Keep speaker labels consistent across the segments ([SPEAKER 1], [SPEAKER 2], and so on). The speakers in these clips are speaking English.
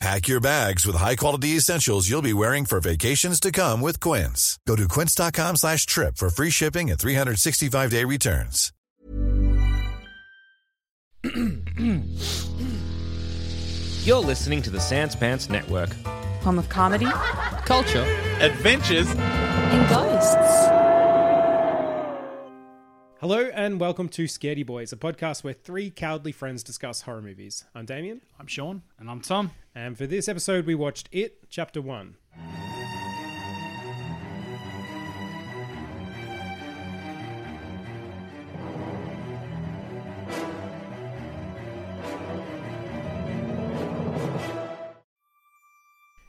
[SPEAKER 1] Pack your bags with high-quality essentials you'll be wearing for vacations to come with Quince. Go to quince.com slash trip for free shipping and 365-day returns.
[SPEAKER 2] You're listening to the Sans Pants Network.
[SPEAKER 3] Home of comedy.
[SPEAKER 2] Culture. Adventures.
[SPEAKER 3] And ghosts.
[SPEAKER 4] Hello and welcome to Scaredy Boys, a podcast where three cowardly friends discuss horror movies. I'm Damien,
[SPEAKER 5] I'm Sean, and I'm Tom.
[SPEAKER 4] and for this episode we watched It, Chapter 1.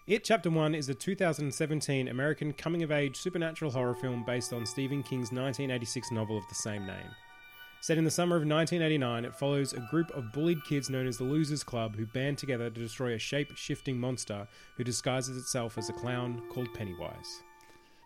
[SPEAKER 4] It Chapter 1 is a 2017 American coming of age supernatural horror film based on Stephen King's 1986 novel of the same name. Set in the summer of 1989, it follows a group of bullied kids known as the Losers Club who band together to destroy a shape shifting monster who disguises itself as a clown called Pennywise.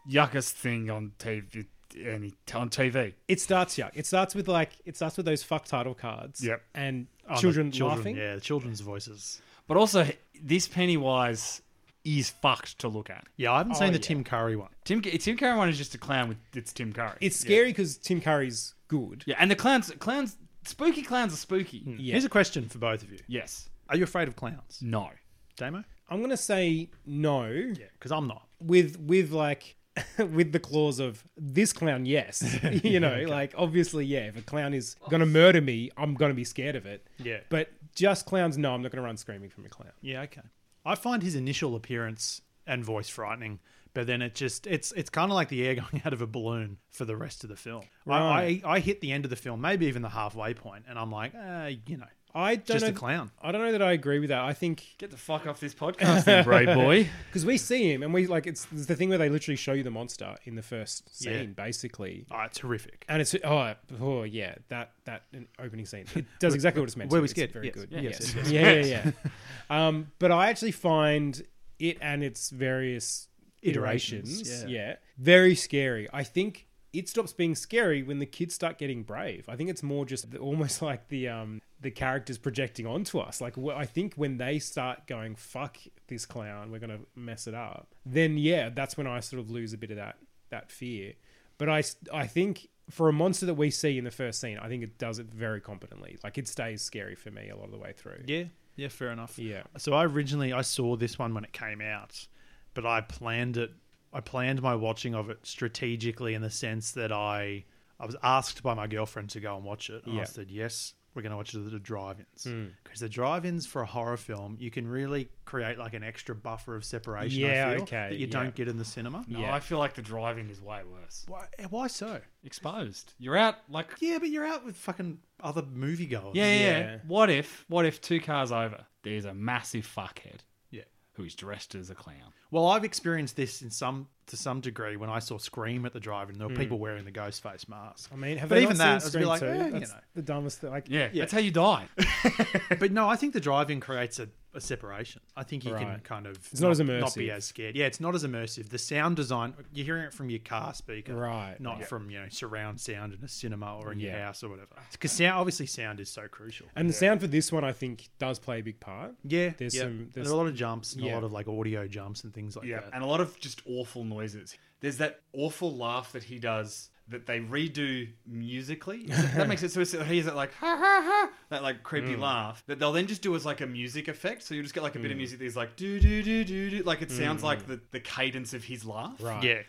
[SPEAKER 5] Yuckest thing on TV, any on TV.
[SPEAKER 4] It starts yuck. It starts with like it starts with those fuck title cards.
[SPEAKER 5] Yep.
[SPEAKER 4] And
[SPEAKER 5] Oh, the
[SPEAKER 4] children, laughing.
[SPEAKER 5] yeah, the children's voices. But also, this Pennywise is fucked to look at.
[SPEAKER 6] Yeah, I haven't
[SPEAKER 4] Oh,
[SPEAKER 6] seen the
[SPEAKER 4] yeah.
[SPEAKER 6] Tim Curry one.
[SPEAKER 5] Tim Tim Curry one is just a clown with it's Tim Curry.
[SPEAKER 4] It's
[SPEAKER 5] Yeah.
[SPEAKER 4] scary because Tim Curry's good.
[SPEAKER 5] Yeah, and the clowns, clowns, spooky clowns are spooky.
[SPEAKER 4] Yeah.
[SPEAKER 6] Here's a question for both of you:
[SPEAKER 5] Yes.
[SPEAKER 6] Are you afraid of clowns,
[SPEAKER 5] No.
[SPEAKER 6] Damo?
[SPEAKER 4] I'm gonna say no.
[SPEAKER 6] Yeah, because I'm not.
[SPEAKER 4] with with like with the clause of this clown yes you know like obviously yeah if a clown is gonna murder me i'm gonna be scared of it
[SPEAKER 6] Yeah.
[SPEAKER 4] but just clowns no i'm not gonna run screaming from a clown
[SPEAKER 6] Yeah, okay. I find his initial appearance and voice frightening, but then it just it's it's kind of like the air going out of a balloon for the rest of the film.
[SPEAKER 4] Right.
[SPEAKER 6] I, I I hit the end of the film, maybe even the halfway point, and I'm like, uh, you know,
[SPEAKER 4] i don't
[SPEAKER 6] Just
[SPEAKER 4] know
[SPEAKER 6] a clown.
[SPEAKER 4] i don't know that i agree with that i think
[SPEAKER 5] Get the fuck off this podcast, then, brave boy.
[SPEAKER 4] because we see him and we like it's, it's the thing where they literally show you the monster in the first scene
[SPEAKER 6] Yeah.
[SPEAKER 4] basically
[SPEAKER 6] oh, it's horrific.
[SPEAKER 4] and it's oh, oh yeah that that opening scene it does exactly what it's meant
[SPEAKER 6] Were
[SPEAKER 4] to.
[SPEAKER 6] we
[SPEAKER 4] It's
[SPEAKER 6] scared?
[SPEAKER 4] very
[SPEAKER 6] Yes.
[SPEAKER 4] good
[SPEAKER 6] Yeah.
[SPEAKER 4] yes,
[SPEAKER 6] Yes,
[SPEAKER 4] yeah yeah yeah um, but I actually find it and its various iterations,
[SPEAKER 6] Iterations,
[SPEAKER 4] yeah.
[SPEAKER 6] yeah.
[SPEAKER 4] very scary I think it stops being scary when the kids start getting brave I think it's more just the, almost like the um the characters projecting onto us like wh- I think when they start going fuck this clown we're gonna mess it up then yeah that's when I sort of lose a bit of that that fear but I, I think for a monster that we see in the first scene, I think it does it very competently. Like it stays scary for me a lot of the way through.
[SPEAKER 6] Yeah, yeah, fair enough.
[SPEAKER 4] Yeah.
[SPEAKER 6] So I originally I saw this one when it came out, but I planned it. I planned my watching of it strategically in the sense that I I was asked by my girlfriend to go and watch it. And
[SPEAKER 4] Yeah.
[SPEAKER 6] I said yes. We're going to watch it at the drive-ins because the drive-ins for a horror film, you can really create like an extra buffer of separation. I
[SPEAKER 4] Yeah,
[SPEAKER 6] feel,
[SPEAKER 4] okay,
[SPEAKER 6] That you
[SPEAKER 4] yeah.
[SPEAKER 6] don't get in the cinema.
[SPEAKER 5] No,
[SPEAKER 4] Yeah.
[SPEAKER 5] I feel like the driving is way worse.
[SPEAKER 6] Why, why so?
[SPEAKER 5] Exposed. You're out like
[SPEAKER 6] Yeah, but you're out with fucking other moviegoers.
[SPEAKER 5] Yeah, yeah, yeah.
[SPEAKER 4] Yeah.
[SPEAKER 5] What if, what if two cars over, there's a massive fuckhead
[SPEAKER 6] yeah.
[SPEAKER 5] who is dressed as a clown?
[SPEAKER 6] Well, I've experienced this in some to some degree when I saw Scream at the drive-in. There were people wearing the ghost face mask.
[SPEAKER 4] Hmm. I mean, have
[SPEAKER 6] but
[SPEAKER 4] they
[SPEAKER 6] even
[SPEAKER 4] not
[SPEAKER 6] that,
[SPEAKER 4] seen
[SPEAKER 6] it's
[SPEAKER 4] Scream
[SPEAKER 6] been like,
[SPEAKER 4] two?
[SPEAKER 6] eh, you
[SPEAKER 4] That's
[SPEAKER 6] know.
[SPEAKER 4] the dumbest thing. Like,
[SPEAKER 5] Yeah, that's how you die.
[SPEAKER 6] But no, I think the drive-in creates a, a separation. I think you can
[SPEAKER 4] Right.
[SPEAKER 6] kind of
[SPEAKER 4] It's not as
[SPEAKER 6] be
[SPEAKER 4] immersive.
[SPEAKER 6] as scared. Yeah, it's not as immersive. The sound design, you're hearing it from your car speaker,
[SPEAKER 4] Right.
[SPEAKER 6] Not from you know surround sound in a cinema or in your
[SPEAKER 4] Yeah.
[SPEAKER 6] house or whatever. Because sound, obviously, sound is so crucial.
[SPEAKER 4] and the sound for this one, I think, does play a big part.
[SPEAKER 6] Yeah,
[SPEAKER 4] There's
[SPEAKER 6] yeah.
[SPEAKER 4] some. There's,
[SPEAKER 6] there's a lot of jumps and
[SPEAKER 4] yeah.
[SPEAKER 6] a lot of like audio jumps and things like
[SPEAKER 7] Yeah,
[SPEAKER 6] that.
[SPEAKER 7] and a lot of just awful noises. There's that awful laugh that he does that they redo musically. Is that that makes it so it's- he is it like ha ha ha that like creepy laugh that they'll then just do as like a music effect. So you just get like a bit of music that's like do do do do do like it sounds like the, the cadence of his laugh.
[SPEAKER 4] right.
[SPEAKER 6] yeah,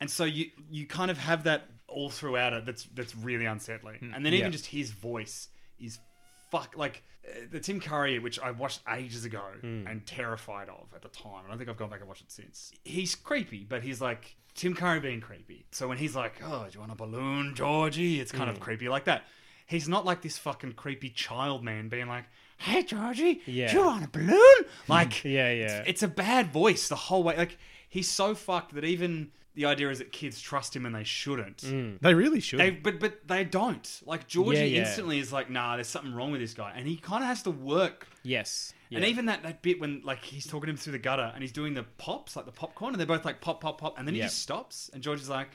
[SPEAKER 7] And so you you kind of have that all throughout it that's that's really unsettling.
[SPEAKER 4] Mm,
[SPEAKER 7] And then even just his voice is fuck like uh, the Tim Curry, which I watched ages ago
[SPEAKER 4] Mm.
[SPEAKER 7] and terrified of at the time. And I think I've gone back and watched it since. He's creepy, but he's like Tim Curry being creepy. So when he's like, "Oh, do you want a balloon, Georgie?" It's
[SPEAKER 4] Mm.
[SPEAKER 7] kind of creepy like that. He's not like this fucking creepy child man being like, "Hey, Georgie,
[SPEAKER 4] Yeah.
[SPEAKER 7] do you want a balloon?" Like,
[SPEAKER 4] Yeah, yeah.
[SPEAKER 7] it's- it's a bad voice the whole way. Like he's so fucked that even the idea is that kids trust him and they shouldn't.
[SPEAKER 6] They really should.
[SPEAKER 7] They but but they don't. Like Georgie
[SPEAKER 4] Mm. Yeah, yeah.
[SPEAKER 7] instantly is like, nah, there's something wrong with this guy, and he kind of has to work.
[SPEAKER 4] Yes.
[SPEAKER 7] And e- even that, that bit when like he's talking to him through the gutter and he's doing the pops like the popcorn and they're both like pop pop pop and then
[SPEAKER 4] Yeah.
[SPEAKER 7] he just stops and George is like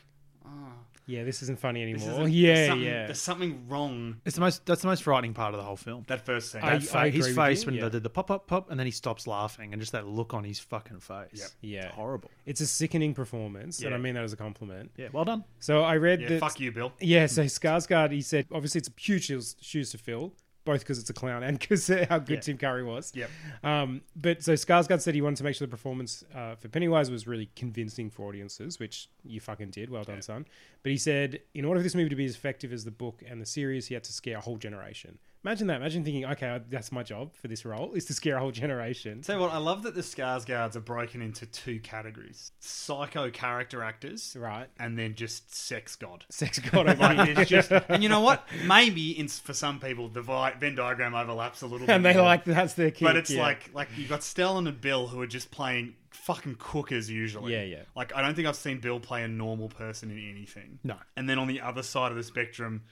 [SPEAKER 4] Yeah, this isn't funny
[SPEAKER 7] this
[SPEAKER 4] anymore.
[SPEAKER 7] isn't- there's
[SPEAKER 4] yeah,
[SPEAKER 7] something,
[SPEAKER 4] yeah.
[SPEAKER 7] there's something wrong
[SPEAKER 6] it's the most. That's the most frightening part of the whole film.
[SPEAKER 7] that first scene
[SPEAKER 4] I-
[SPEAKER 6] That fa- his
[SPEAKER 4] agree with
[SPEAKER 6] face
[SPEAKER 4] you,
[SPEAKER 6] when
[SPEAKER 4] yeah.
[SPEAKER 6] they did the pop up pop, and then he stops laughing, and just that look on his fucking face.
[SPEAKER 4] Yeah.
[SPEAKER 6] horrible.
[SPEAKER 4] It's a sickening performance, and I
[SPEAKER 6] Yeah.
[SPEAKER 4] mean that as a compliment.
[SPEAKER 6] Yeah, well done.
[SPEAKER 4] So I read
[SPEAKER 7] yeah
[SPEAKER 4] that.
[SPEAKER 7] fuck you Bill
[SPEAKER 4] Yeah, so Skarsgård, he said, obviously it's huge shoes, shoes to fill, both because it's a clown and because how good Tim Curry was.
[SPEAKER 7] Yep.
[SPEAKER 4] Um, but so Skarsgård said he wanted to make sure the performance uh, for Pennywise was really convincing for audiences, which you fucking did. Well done, son. But he said, in order for this movie to be as effective as the book and the series, he had to scare a whole generation. Imagine that. Imagine thinking, okay, that's my job for this role is to scare a whole generation.
[SPEAKER 7] Tell you what, I love that the Skarsgårds are broken into two categories: psycho character actors,
[SPEAKER 4] Right.
[SPEAKER 7] and then just sex god.
[SPEAKER 4] Sex god.
[SPEAKER 7] Like, it's just, and you know what? Maybe in, for some people, the vi- Venn diagram overlaps a little bit.
[SPEAKER 4] and they
[SPEAKER 7] more.
[SPEAKER 4] like that's their kid.
[SPEAKER 7] But it's like like you got Stellan and Bill who are just playing fucking cookers usually.
[SPEAKER 4] Yeah, yeah.
[SPEAKER 7] Like I don't think I've seen Bill play a normal person in anything.
[SPEAKER 6] No.
[SPEAKER 7] And then on the other side of the spectrum,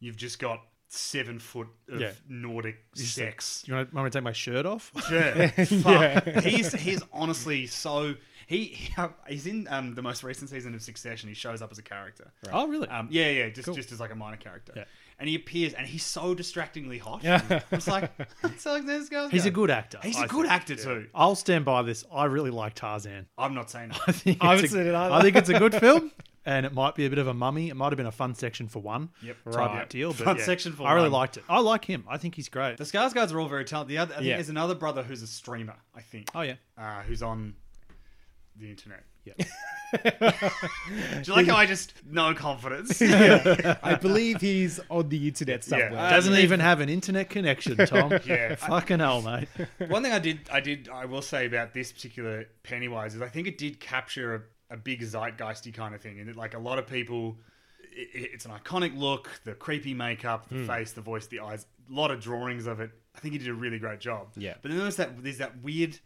[SPEAKER 7] you've just got seven foot of
[SPEAKER 6] Yeah.
[SPEAKER 7] Nordic sex.
[SPEAKER 6] Do you want, want me to take my shirt off?
[SPEAKER 7] Yeah, fuck. He's he's honestly so he, he he's in um, the most recent season of Succession. He shows up as a character.
[SPEAKER 6] Oh, really?
[SPEAKER 7] Um, yeah, yeah, just just as like a minor character. And he appears, and he's so distractingly hot. Yeah. It's like, it's like this guy's
[SPEAKER 6] He's a
[SPEAKER 7] got-
[SPEAKER 6] good actor.
[SPEAKER 7] He's
[SPEAKER 6] a
[SPEAKER 7] a good actor too.
[SPEAKER 6] I'll stand by this. I really like Tarzan.
[SPEAKER 7] I'm not saying
[SPEAKER 6] I
[SPEAKER 7] that.
[SPEAKER 6] think
[SPEAKER 4] I
[SPEAKER 6] it's
[SPEAKER 4] haven't seen it
[SPEAKER 6] a,
[SPEAKER 4] either.
[SPEAKER 6] I think it's a good film, and it might be a bit of a mummy. It might have been a fun section for one
[SPEAKER 7] Yep.
[SPEAKER 6] type
[SPEAKER 7] Right.
[SPEAKER 6] of deal. But
[SPEAKER 7] Fun
[SPEAKER 6] yeah,
[SPEAKER 7] section for
[SPEAKER 6] I really
[SPEAKER 7] one.
[SPEAKER 6] liked it. I like him. I think he's great.
[SPEAKER 7] the Skarsgårds are all very talented. The other, I think
[SPEAKER 4] Yeah.
[SPEAKER 7] there's another brother who's a streamer. I think.
[SPEAKER 6] Oh yeah,
[SPEAKER 7] Uh, who's on the internet?
[SPEAKER 6] Yep.
[SPEAKER 7] Do you like how I just no confidence?
[SPEAKER 4] I believe he's on the internet somewhere.
[SPEAKER 6] doesn't even have an internet connection, Tom.
[SPEAKER 7] Yeah.
[SPEAKER 6] fucking hell, mate.
[SPEAKER 7] One thing I did, I did, I will say about this particular Pennywise is I think it did capture a, a big zeitgeisty kind of thing, and that like a lot of people, i i- it's an iconic look, the creepy makeup,
[SPEAKER 4] Hmm.
[SPEAKER 7] the face, the voice, the eyes, a lot of drawings of it. I think he did a really great job.
[SPEAKER 4] Yeah.
[SPEAKER 7] But then there's that, there's that weird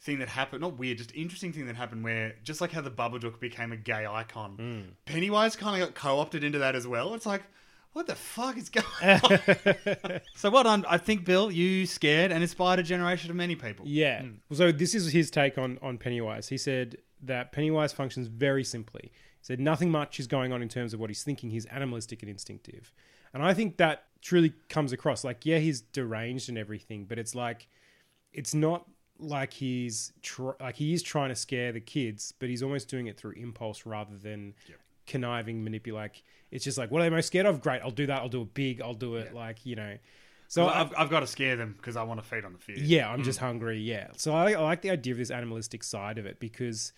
[SPEAKER 7] thing that happened, not weird, just interesting thing that happened where just like how the Babadook became a gay icon,
[SPEAKER 4] Hmm.
[SPEAKER 7] Pennywise kind of got co-opted into that as well. It's like. What the fuck is going on? so what on I think Bill, you scared and inspired a generation of many people.
[SPEAKER 4] Yeah. So this is his take on on Pennywise. He said that Pennywise functions very simply. He said nothing much is going on in terms of what he's thinking. He's animalistic and instinctive, and I think that truly comes across. Like, yeah, he's deranged and everything, but it's like, it's not like he's tr- like he is trying to scare the kids, but he's almost doing it through impulse rather than. Conniving, manipulate. Like, It's just like, what are they most scared of? Great, I'll do that. I'll do it big. I'll do it like you know. So
[SPEAKER 7] Well, I've, I've got to scare them because I want to feed on the fear.
[SPEAKER 4] yeah, I'm just hungry. Yeah. So I, I like the idea of this animalistic side of it because,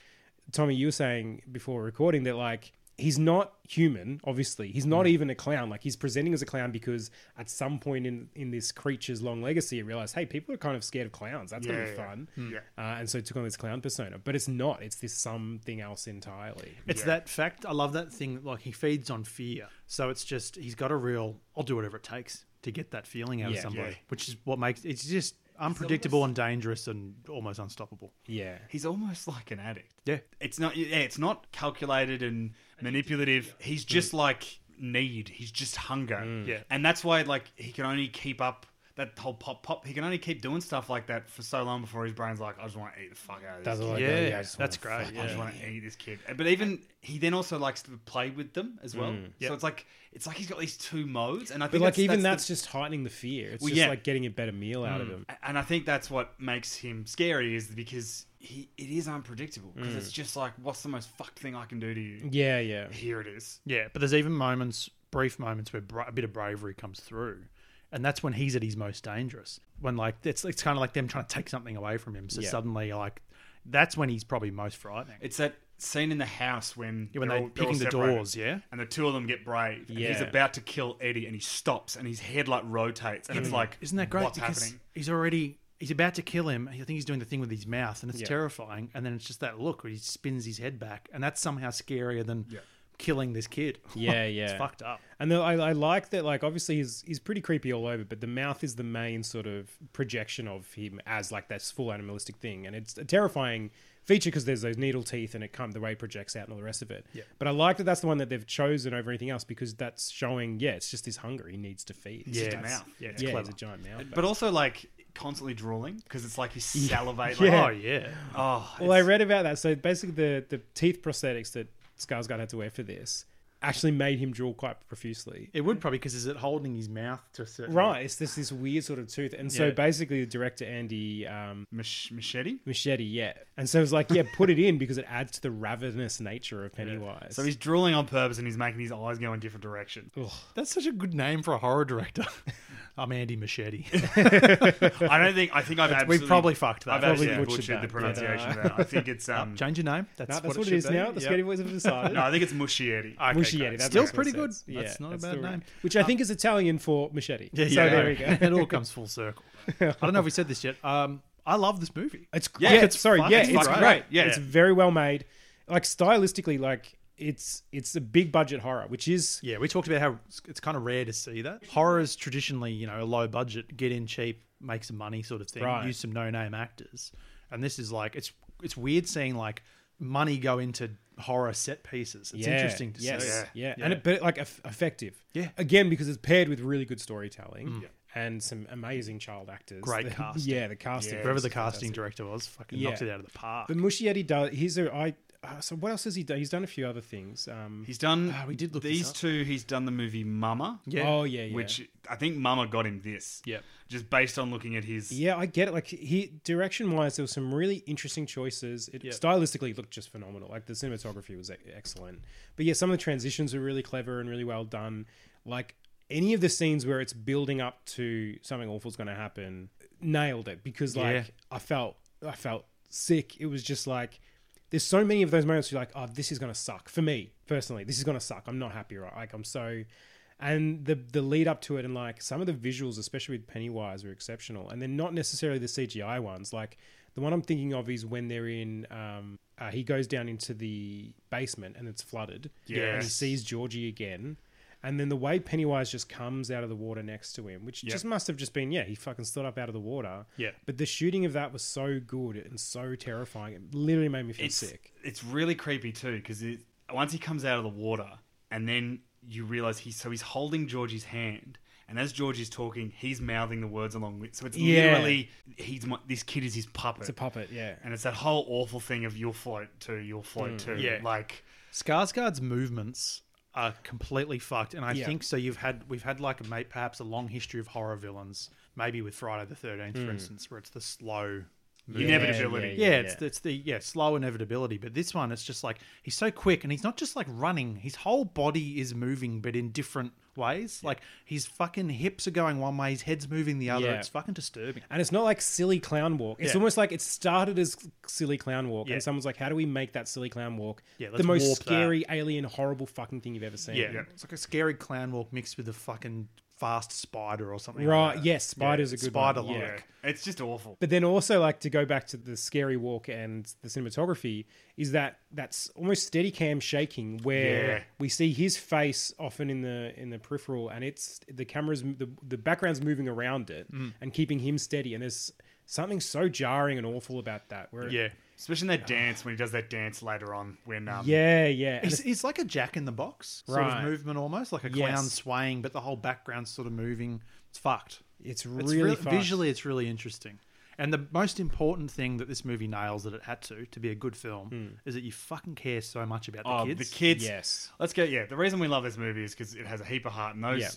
[SPEAKER 4] Tommy, you were saying before recording that, like, he's not human, obviously. He's not even a clown. Like, he's presenting as a clown because at some point in, in this creature's long legacy, he realized, hey, people are kind of scared of clowns. That's going to
[SPEAKER 7] Yeah,
[SPEAKER 4] be
[SPEAKER 7] yeah, yeah.
[SPEAKER 4] fun.
[SPEAKER 7] Yeah.
[SPEAKER 4] Uh, and so he took on this clown persona. But it's not. It's this something else entirely.
[SPEAKER 6] It's that fact. I love that thing. Like he feeds on fear. So it's just he's got a real. I'll do whatever it takes to get that feeling out
[SPEAKER 4] Yeah.
[SPEAKER 6] of somebody,
[SPEAKER 7] Yeah.
[SPEAKER 6] which is what makes it's just unpredictable and dangerous and almost unstoppable.
[SPEAKER 4] Yeah.
[SPEAKER 7] He's almost like an addict.
[SPEAKER 6] Yeah.
[SPEAKER 7] It's not. Yeah, it's not calculated and manipulative. He's
[SPEAKER 4] Mm.
[SPEAKER 7] just like need. He's just hunger.
[SPEAKER 6] Yeah.
[SPEAKER 7] And that's why like he can only keep up that whole pop pop. He can only keep doing stuff like that for so long before his brain's like, I just want to eat the fuck out of this.
[SPEAKER 4] That's all
[SPEAKER 7] kid.
[SPEAKER 4] I got.
[SPEAKER 6] Yeah,
[SPEAKER 4] I just
[SPEAKER 6] that's
[SPEAKER 4] wanna
[SPEAKER 6] great,
[SPEAKER 4] fuck-
[SPEAKER 7] I just want to eat this kid. But even he then also likes to play with them as well. So it's like it's like he's got these two modes, and I
[SPEAKER 4] Mm. But,
[SPEAKER 7] think
[SPEAKER 4] like, even
[SPEAKER 7] the-
[SPEAKER 4] that's, just heightening the fear. It's
[SPEAKER 7] Well,
[SPEAKER 4] just
[SPEAKER 7] yeah.
[SPEAKER 4] like getting a better meal out of him.
[SPEAKER 7] and I think that's what makes him scary is because he it is unpredictable because it's just like what's the most fucked thing I can do to you?
[SPEAKER 4] Mm. Yeah, yeah.
[SPEAKER 7] Here it is.
[SPEAKER 6] Yeah, but there's even moments, brief moments, where bra- a bit of bravery comes through, and that's when he's at his most dangerous. When like it's it's kind of like them trying to take something away from him. So suddenly, like that's when he's probably most frightening.
[SPEAKER 7] It's that scene in the house when
[SPEAKER 6] Yeah, when
[SPEAKER 7] they're
[SPEAKER 6] they're
[SPEAKER 7] all- they're all
[SPEAKER 6] picking the
[SPEAKER 7] separated,
[SPEAKER 6] doors, yeah?
[SPEAKER 7] and the two of them get brave. and he's
[SPEAKER 4] Yeah.
[SPEAKER 7] about to kill Eddie, and he stops, and his head like rotates,
[SPEAKER 6] Mm.
[SPEAKER 7] and it's like,
[SPEAKER 6] Isn't that great?
[SPEAKER 7] What's
[SPEAKER 6] because
[SPEAKER 7] happening?
[SPEAKER 6] he's already he's about to kill him. I think he's doing the thing with his mouth, and it's
[SPEAKER 4] Yeah.
[SPEAKER 6] terrifying. And then it's just that look where he spins his head back, and that's somehow scarier than killing this kid.
[SPEAKER 4] Yeah,
[SPEAKER 6] it's
[SPEAKER 4] yeah.
[SPEAKER 6] fucked up.
[SPEAKER 4] And the, I, I like that, like, obviously he's, he's pretty creepy all over, but the mouth is the main sort of projection of him as, like, this full animalistic thing. And it's a terrifying feature because there's those needle teeth and it kind of the way it projects out and all the rest of it. Yeah. But I like that that's the one that they've chosen over anything else because that's showing, yeah, it's just this hunger. He needs to feed. It's
[SPEAKER 7] Yeah,
[SPEAKER 4] just a
[SPEAKER 7] it's-
[SPEAKER 4] mouth.
[SPEAKER 7] yeah,
[SPEAKER 4] Yeah,
[SPEAKER 7] it's
[SPEAKER 4] he's
[SPEAKER 7] clever.
[SPEAKER 4] a giant mouth.
[SPEAKER 7] but also like constantly drooling because it's like he's salivating.
[SPEAKER 4] Yeah.
[SPEAKER 6] Oh yeah,
[SPEAKER 7] Oh,
[SPEAKER 4] Well, I read about that. So basically, the, the teeth prosthetics that Skarsgård had to wear for this actually made him drool quite profusely.
[SPEAKER 6] it would probably because is it holding his mouth to a certain
[SPEAKER 4] Right, it's this this weird sort of tooth, and so
[SPEAKER 6] Yeah.
[SPEAKER 4] basically the director Andy um,
[SPEAKER 7] mach- machete.
[SPEAKER 4] Machete, yeah, and so it was like, yeah, put it in because it adds to the ravenous nature of Pennywise.
[SPEAKER 7] So he's drooling on purpose, and he's making his eyes go in different directions.
[SPEAKER 6] That's such a good name for a horror director. I'm Andy Machete.
[SPEAKER 7] I don't think. I think I've
[SPEAKER 6] we
[SPEAKER 7] absolutely,
[SPEAKER 6] probably fucked that.
[SPEAKER 7] I've
[SPEAKER 4] Probably
[SPEAKER 7] absolutely
[SPEAKER 4] butchered
[SPEAKER 7] butchered,
[SPEAKER 4] that.
[SPEAKER 7] the pronunciation. There. I think it's um.
[SPEAKER 6] Change your name. That's,
[SPEAKER 4] No, that's what,
[SPEAKER 6] it
[SPEAKER 4] it is
[SPEAKER 6] should be.
[SPEAKER 4] now. The
[SPEAKER 6] Yep.
[SPEAKER 4] scary boys have decided.
[SPEAKER 7] no, I think it's Muschietti.
[SPEAKER 6] Okay,
[SPEAKER 4] Machete,
[SPEAKER 6] great.
[SPEAKER 4] that makes
[SPEAKER 6] Still
[SPEAKER 4] more
[SPEAKER 6] pretty good.
[SPEAKER 4] sense. Yeah,
[SPEAKER 6] That's not a
[SPEAKER 4] still
[SPEAKER 6] bad
[SPEAKER 4] right.
[SPEAKER 6] name. Uh,
[SPEAKER 4] which I think is Italian for machete.
[SPEAKER 6] Yeah,
[SPEAKER 4] so there we go.
[SPEAKER 6] it all comes full circle. I don't know if we said this yet. Um, I love this movie.
[SPEAKER 4] It's yeah,
[SPEAKER 7] Yeah,
[SPEAKER 4] it's
[SPEAKER 7] it's
[SPEAKER 4] sorry,
[SPEAKER 7] fun.
[SPEAKER 4] yeah,
[SPEAKER 7] It's
[SPEAKER 4] it's,
[SPEAKER 7] fun.
[SPEAKER 4] great.
[SPEAKER 7] Right,
[SPEAKER 4] Yeah,
[SPEAKER 7] yeah.
[SPEAKER 4] it's very well made. Like stylistically, like it's it's a big budget horror, which is
[SPEAKER 6] Yeah, we talked about how it's- it's kind of rare to see that. Horror's traditionally, you know, a low budget, get in cheap, make some money sort of thing,
[SPEAKER 4] Right.
[SPEAKER 6] use some no name actors. And this is like it's it's weird seeing like money go into horror set pieces. It's
[SPEAKER 4] yeah,
[SPEAKER 6] interesting to
[SPEAKER 4] yes,
[SPEAKER 6] see.
[SPEAKER 4] Yeah. and it, but like eff- effective.
[SPEAKER 6] Yeah. Mm.
[SPEAKER 4] again because it's paired with really good storytelling and some amazing child actors.
[SPEAKER 6] Great
[SPEAKER 4] The-
[SPEAKER 6] casting.
[SPEAKER 4] Yeah, the casting.
[SPEAKER 6] Whoever
[SPEAKER 4] was
[SPEAKER 6] the
[SPEAKER 4] fantastic.
[SPEAKER 6] casting director was, fucking
[SPEAKER 4] Yeah.
[SPEAKER 6] knocked it out of the park.
[SPEAKER 4] But Muschietti does. He's a I. Uh, so what else has he done? He's done a few other things. Um,
[SPEAKER 7] He's done.
[SPEAKER 6] Ah, we did look this
[SPEAKER 7] these
[SPEAKER 6] up.
[SPEAKER 7] two. He's done the movie Mama.
[SPEAKER 6] yeah.
[SPEAKER 4] Oh yeah, yeah.
[SPEAKER 7] Which I think Mama got him this.
[SPEAKER 6] Yep.
[SPEAKER 7] Just based on looking at his.
[SPEAKER 4] yeah, I get it. Like he direction wise, there were some really interesting choices. It stylistically it looked just phenomenal. Like the cinematography was e- excellent. But yeah, some of the transitions were really clever and really well done. Like any of the scenes where it's building up to something awful's going to happen, nailed it because like I felt I felt sick. It was just like there's so many of those moments you're like, oh, this is gonna suck for me personally. This is gonna suck. I'm not happy, right? Like I'm so, and the the lead up to it and like some of the visuals, especially with Pennywise, are exceptional, and they're not necessarily the CGI ones. Like the one I'm thinking of is when they're in, um, uh, he goes down into the basement and it's flooded. Yeah, and he
[SPEAKER 7] Yes.
[SPEAKER 4] sees Georgie again. And then the way Pennywise just comes out of the water next to him, which just must have just been, yeah, he fucking stood up out of the water.
[SPEAKER 6] Yeah.
[SPEAKER 4] But the shooting of that was so good and so terrifying. It literally made me feel
[SPEAKER 7] It's
[SPEAKER 4] sick.
[SPEAKER 7] it's really creepy too because it, once he comes out of the water and then you realize he's so he's holding Georgie's hand. And as Georgie's talking, he's mouthing the words along with. So it's
[SPEAKER 4] Yeah.
[SPEAKER 7] literally he's my, this kid is his puppet.
[SPEAKER 4] It's a puppet, yeah.
[SPEAKER 7] And it's that whole awful thing of you'll float too, you'll float
[SPEAKER 4] Mm.
[SPEAKER 7] too.
[SPEAKER 6] Yeah.
[SPEAKER 7] Like
[SPEAKER 6] Skarsgård's movements are completely fucked, and I
[SPEAKER 4] Yeah.
[SPEAKER 6] think so. You've had we've had like a mate perhaps a long history of horror villains, maybe with Friday the Thirteenth,
[SPEAKER 4] Hmm.
[SPEAKER 6] for instance, where it's the slow. movement.
[SPEAKER 7] inevitability.
[SPEAKER 6] Yeah, it's the, it's the yeah slow inevitability, but this one it's just like he's so quick, and he's not just like running; his whole body is moving, but in different ways. Like his fucking hips are going one way, his head's moving the other.
[SPEAKER 4] Yeah.
[SPEAKER 6] It's fucking disturbing.
[SPEAKER 4] And it's not like silly clown walk. It's
[SPEAKER 6] Yeah.
[SPEAKER 4] almost like it started as silly clown walk,
[SPEAKER 6] Yeah.
[SPEAKER 4] and someone's like, "How do we make that silly clown walk
[SPEAKER 6] Yeah,
[SPEAKER 4] the
[SPEAKER 6] let's
[SPEAKER 4] most
[SPEAKER 6] warp that."
[SPEAKER 4] scary, alien, horrible fucking thing you've ever seen?"
[SPEAKER 6] Yeah. it's like a scary clown walk mixed with a fucking fast spider or something. like
[SPEAKER 4] Right?
[SPEAKER 6] that.
[SPEAKER 4] Yes, spiders are good. one,
[SPEAKER 6] spider
[SPEAKER 4] yeah.
[SPEAKER 6] like.
[SPEAKER 7] it's just awful.
[SPEAKER 4] But then also like to go back to the scary walk and the cinematography is that that's almost steady cam shaking where
[SPEAKER 7] Yeah.
[SPEAKER 4] we see his face often in the in the peripheral and it's the camera's the, the background's moving around it
[SPEAKER 6] Mm.
[SPEAKER 4] and keeping him steady and there's something so jarring and awful about that where
[SPEAKER 6] Yeah.
[SPEAKER 7] Especially
[SPEAKER 4] Ah.
[SPEAKER 7] in that dance when he does that dance later on when um
[SPEAKER 4] yeah yeah and
[SPEAKER 6] It's,
[SPEAKER 4] it's,
[SPEAKER 6] it's like a jack in the box sort
[SPEAKER 4] Right.
[SPEAKER 6] of movement almost, like a clown
[SPEAKER 4] Yes.
[SPEAKER 6] swaying, but the whole background's sort of moving. It's fucked.
[SPEAKER 4] it's
[SPEAKER 6] It's
[SPEAKER 4] really
[SPEAKER 6] really
[SPEAKER 4] fucked.
[SPEAKER 6] visually it's really interesting. And the most important thing that this movie nails that it had to to be a good film
[SPEAKER 4] Hmm.
[SPEAKER 6] is that you fucking care so much about the
[SPEAKER 7] oh,
[SPEAKER 6] kids.
[SPEAKER 7] the kids.
[SPEAKER 4] yes
[SPEAKER 7] Let's go. Yeah, the reason we love this movie is because it has a heap of heart, and those
[SPEAKER 4] Yeah.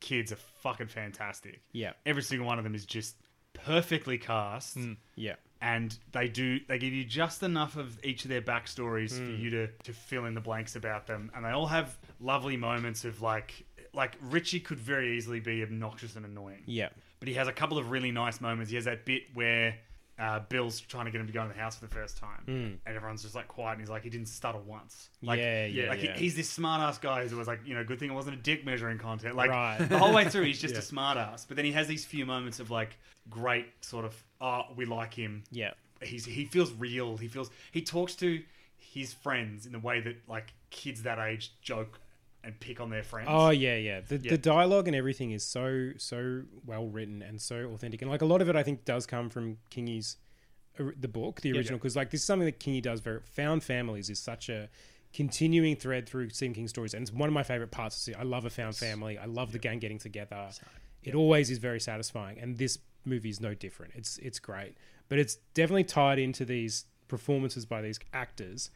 [SPEAKER 7] kids are fucking fantastic.
[SPEAKER 4] Yeah.
[SPEAKER 7] every single one of them is just perfectly cast,
[SPEAKER 4] yeah
[SPEAKER 7] and they do they give you just enough of each of their backstories for
[SPEAKER 4] Hmm.
[SPEAKER 7] you to to fill in the blanks about them, and they all have lovely moments of like like Richie could very easily be obnoxious and annoying.
[SPEAKER 4] yeah
[SPEAKER 7] But he has a couple of really nice moments. He has that bit where uh, Bill's trying to get him to go in the house for the first time, and everyone's just like quiet, and he's like, he didn't stutter once. Like,
[SPEAKER 4] Hmm. Yeah, yeah,
[SPEAKER 7] Like
[SPEAKER 4] yeah.
[SPEAKER 7] He, he's this smart ass guy who's always like, you know, good thing it wasn't a dick measuring contest. Like
[SPEAKER 4] Right.
[SPEAKER 7] the whole way through, he's just a smart ass. But then he has these few moments of like great sort of, oh, we like him.
[SPEAKER 4] Yeah.
[SPEAKER 7] he's he feels real. He feels he talks to his friends in the way that like kids that age joke and pick on their friends.
[SPEAKER 4] Oh yeah, yeah. The, the dialogue and everything is so so well written and so authentic, and like a lot of it, I think, does come from Kingy's or- the book, the original, because like this is something that Kingy does very. Found families is such a continuing thread through Stephen King stories, and it's one of my favorite parts. To see. I love a found family. I love the gang getting together. It always is very satisfying, and this movie is no different. It's it's great, but it's definitely tied into these performances by these actors.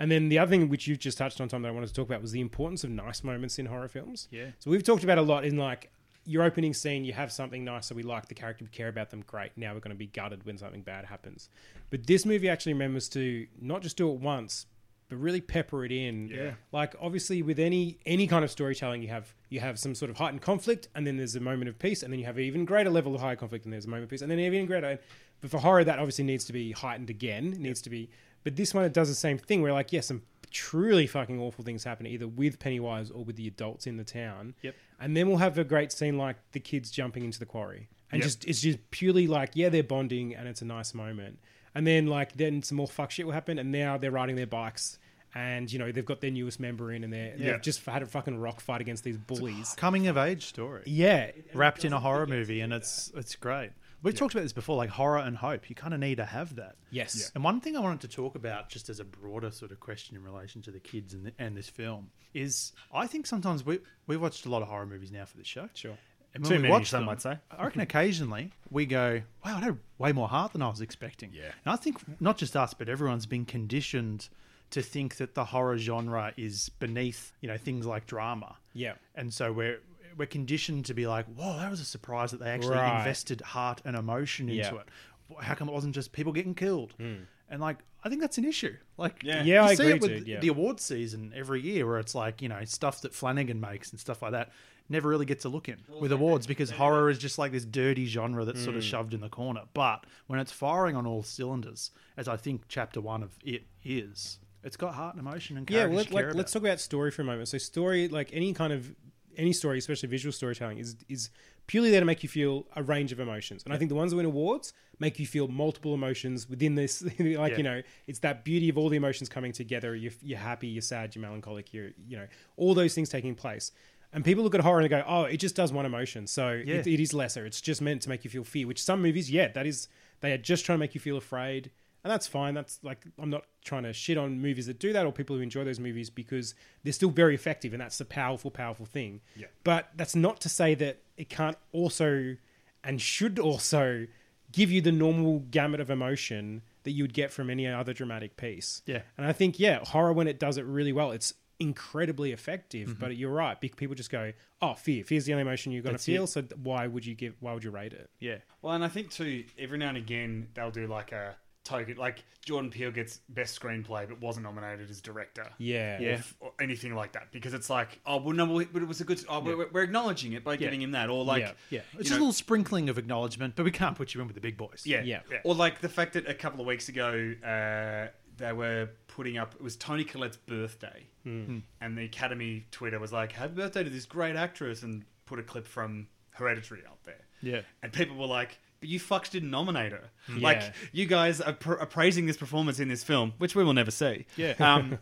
[SPEAKER 4] And then the other thing which you've just touched on, Tom, that I wanted to talk about was the importance of nice moments in horror films. Yeah. So we've talked about a lot in like your opening scene, you have something nice that we like the character, we care about them, great. Now we're going to be gutted when something bad happens. But this movie actually remembers to not just do it once, but really pepper it in. Yeah. Like obviously with any any kind of storytelling you have you have some sort of heightened conflict and then there's a moment of peace and then you have an even greater level of high conflict and there's a moment of peace and then even greater. But for horror that obviously needs to be heightened again, it needs to be but this one it does the same thing where like yes, some truly fucking awful things happen either with Pennywise or with the adults in the town. Yep. And then we'll have a great scene like the kids jumping into the quarry. And just it's just purely like, yeah, they're bonding and it's a nice moment. And then like then some more fuck shit will happen and now they're riding their bikes and you know they've got their newest member in and they're, they've just had a fucking rock fight against these bullies.
[SPEAKER 6] Coming of age story.
[SPEAKER 4] Yeah.
[SPEAKER 6] wrapped in a horror movie, and it's it's great. We've talked about this before, like horror and hope. You kind of need to have that.
[SPEAKER 4] Yes. Yeah.
[SPEAKER 6] And one thing I wanted to talk about, just as a broader sort of question in relation to the kids and, the, and this film, is I think sometimes we we watched a lot of horror movies now for the show.
[SPEAKER 4] Sure.
[SPEAKER 6] And when
[SPEAKER 7] Too
[SPEAKER 6] we
[SPEAKER 7] many,
[SPEAKER 6] watch
[SPEAKER 7] some
[SPEAKER 6] them,
[SPEAKER 7] might say.
[SPEAKER 6] I reckon occasionally we go, wow, I had way more heart than I was expecting. Yeah. And I think not just us, but everyone's been conditioned to think that the horror genre is beneath, you know, things like drama
[SPEAKER 4] Yeah.
[SPEAKER 6] and so we're we're conditioned to be like, "Whoa, that was a surprise that they actually
[SPEAKER 4] Right.
[SPEAKER 6] invested heart and emotion into
[SPEAKER 4] Yeah. Hmm.
[SPEAKER 6] it. How come it wasn't just people getting killed?" And like, I think that's an issue. Like,
[SPEAKER 7] Yeah.
[SPEAKER 4] Yeah,
[SPEAKER 6] you
[SPEAKER 4] I
[SPEAKER 6] see
[SPEAKER 4] agree,
[SPEAKER 6] it with
[SPEAKER 4] dude, yeah.
[SPEAKER 6] the award season every year, where it's like you know stuff that Flanagan makes and stuff like that never really gets a look in with awards because horror is just like this dirty genre that's sort of
[SPEAKER 4] Hmm.
[SPEAKER 6] shoved in the corner. But when it's firing on all cylinders, as I think Chapter One of it is, it's got heart and emotion and
[SPEAKER 4] Yeah,
[SPEAKER 6] characters
[SPEAKER 4] well,
[SPEAKER 6] you
[SPEAKER 4] let,
[SPEAKER 6] care
[SPEAKER 4] like,
[SPEAKER 6] about.
[SPEAKER 4] let's talk about story for a moment. So, story, like any kind of any story, especially visual storytelling, is is purely there to make you feel a range of emotions. And I think the ones that win awards make you feel multiple emotions within this. like you know, it's that beauty of all the emotions coming together. You're, you're happy, you're sad, you're melancholic, you're you know all those things taking place. And people look at horror and they go, "Oh, it just does one emotion, so it, it is lesser. It's just meant to make you feel fear." Which some movies, yeah, that is, they are just trying to make you feel afraid and that's fine. That's like I'm not trying to shit on movies that do that or people who enjoy those movies because they're still very effective, and that's a powerful, powerful thing. Yeah. But that's not to say that it can't also and should also give you the normal gamut of emotion that you would get from any other dramatic piece.
[SPEAKER 6] Yeah.
[SPEAKER 4] And I think yeah, horror when it does it really well, it's incredibly effective.
[SPEAKER 6] Mm-hmm.
[SPEAKER 4] But you're right, be- people just go, "Oh, fear. Fear's the only emotion you're going to feel." So th- why would you give? Why would you rate it?
[SPEAKER 6] yeah.
[SPEAKER 7] Well, and I think too, every now and again they'll do like a token, like Jordan Peele gets best screenplay but wasn't nominated as director.
[SPEAKER 4] Yeah.
[SPEAKER 7] Or, f- or anything like that because it's like oh well no well, but it was a good oh, we're, we're acknowledging it by giving him that or like
[SPEAKER 4] Yeah.
[SPEAKER 6] Yeah,
[SPEAKER 7] you
[SPEAKER 6] it's just
[SPEAKER 7] know,
[SPEAKER 6] a little sprinkling of acknowledgement, but we can't put you in with the big boys.
[SPEAKER 7] Yeah.
[SPEAKER 4] Yeah. Yeah.
[SPEAKER 7] Or like the fact that a couple of weeks ago, uh, they were putting up, it was Tony Collette's birthday.
[SPEAKER 4] Hmm.
[SPEAKER 7] And the Academy Twitter was like, happy birthday to this great actress, and put a clip from Hereditary out there.
[SPEAKER 6] Yeah.
[SPEAKER 7] And people were like, but you fucks didn't nominate her. Like,
[SPEAKER 4] Hmm. Yeah.
[SPEAKER 7] you guys are, pr- are praising this performance in this film, which we will never see. Yeah. Um,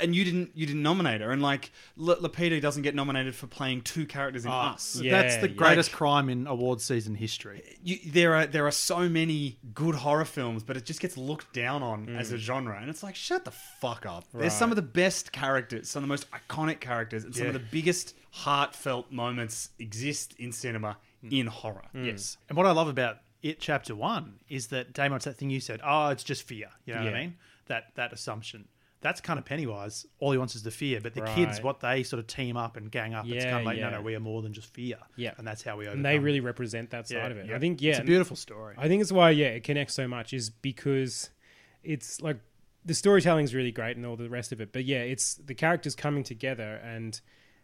[SPEAKER 7] and you didn't you didn't nominate her. And like, L- Lupita doesn't get nominated for playing two characters in Us
[SPEAKER 6] that's
[SPEAKER 4] Ah, Yeah,
[SPEAKER 6] the
[SPEAKER 4] yeah.
[SPEAKER 6] greatest crime in award season history.
[SPEAKER 7] you, there are there are so many good horror films, but it just gets looked down on
[SPEAKER 6] Mm.
[SPEAKER 7] as a genre, and it's like shut the fuck up. There's some of the best characters, some of the most iconic characters, and some of the biggest heartfelt moments exist in cinema
[SPEAKER 6] Mm.
[SPEAKER 7] in horror. Yes,
[SPEAKER 6] And what I love about it, Chapter One, is that Damon, it's that thing you said. Oh, it's just fear. You know what
[SPEAKER 4] Yeah.
[SPEAKER 6] I mean? That that assumption. That's kind of Pennywise. All he wants is the fear. But the kids,
[SPEAKER 4] Right.
[SPEAKER 6] what they sort of team up and gang up, it's
[SPEAKER 4] Yeah,
[SPEAKER 6] kind of like,
[SPEAKER 4] yeah.
[SPEAKER 6] no, no, we are more than just fear.
[SPEAKER 4] Yeah.
[SPEAKER 6] and that's how we overcome.
[SPEAKER 4] And they
[SPEAKER 6] it.
[SPEAKER 4] really represent that side
[SPEAKER 6] Yeah,
[SPEAKER 4] of it.
[SPEAKER 6] yeah.
[SPEAKER 4] I think yeah,
[SPEAKER 6] it's a
[SPEAKER 4] and-
[SPEAKER 6] beautiful story.
[SPEAKER 4] I think it's why, yeah, it connects so much is because it's like the storytelling's really great and all the rest of it. But yeah, it's the characters coming together and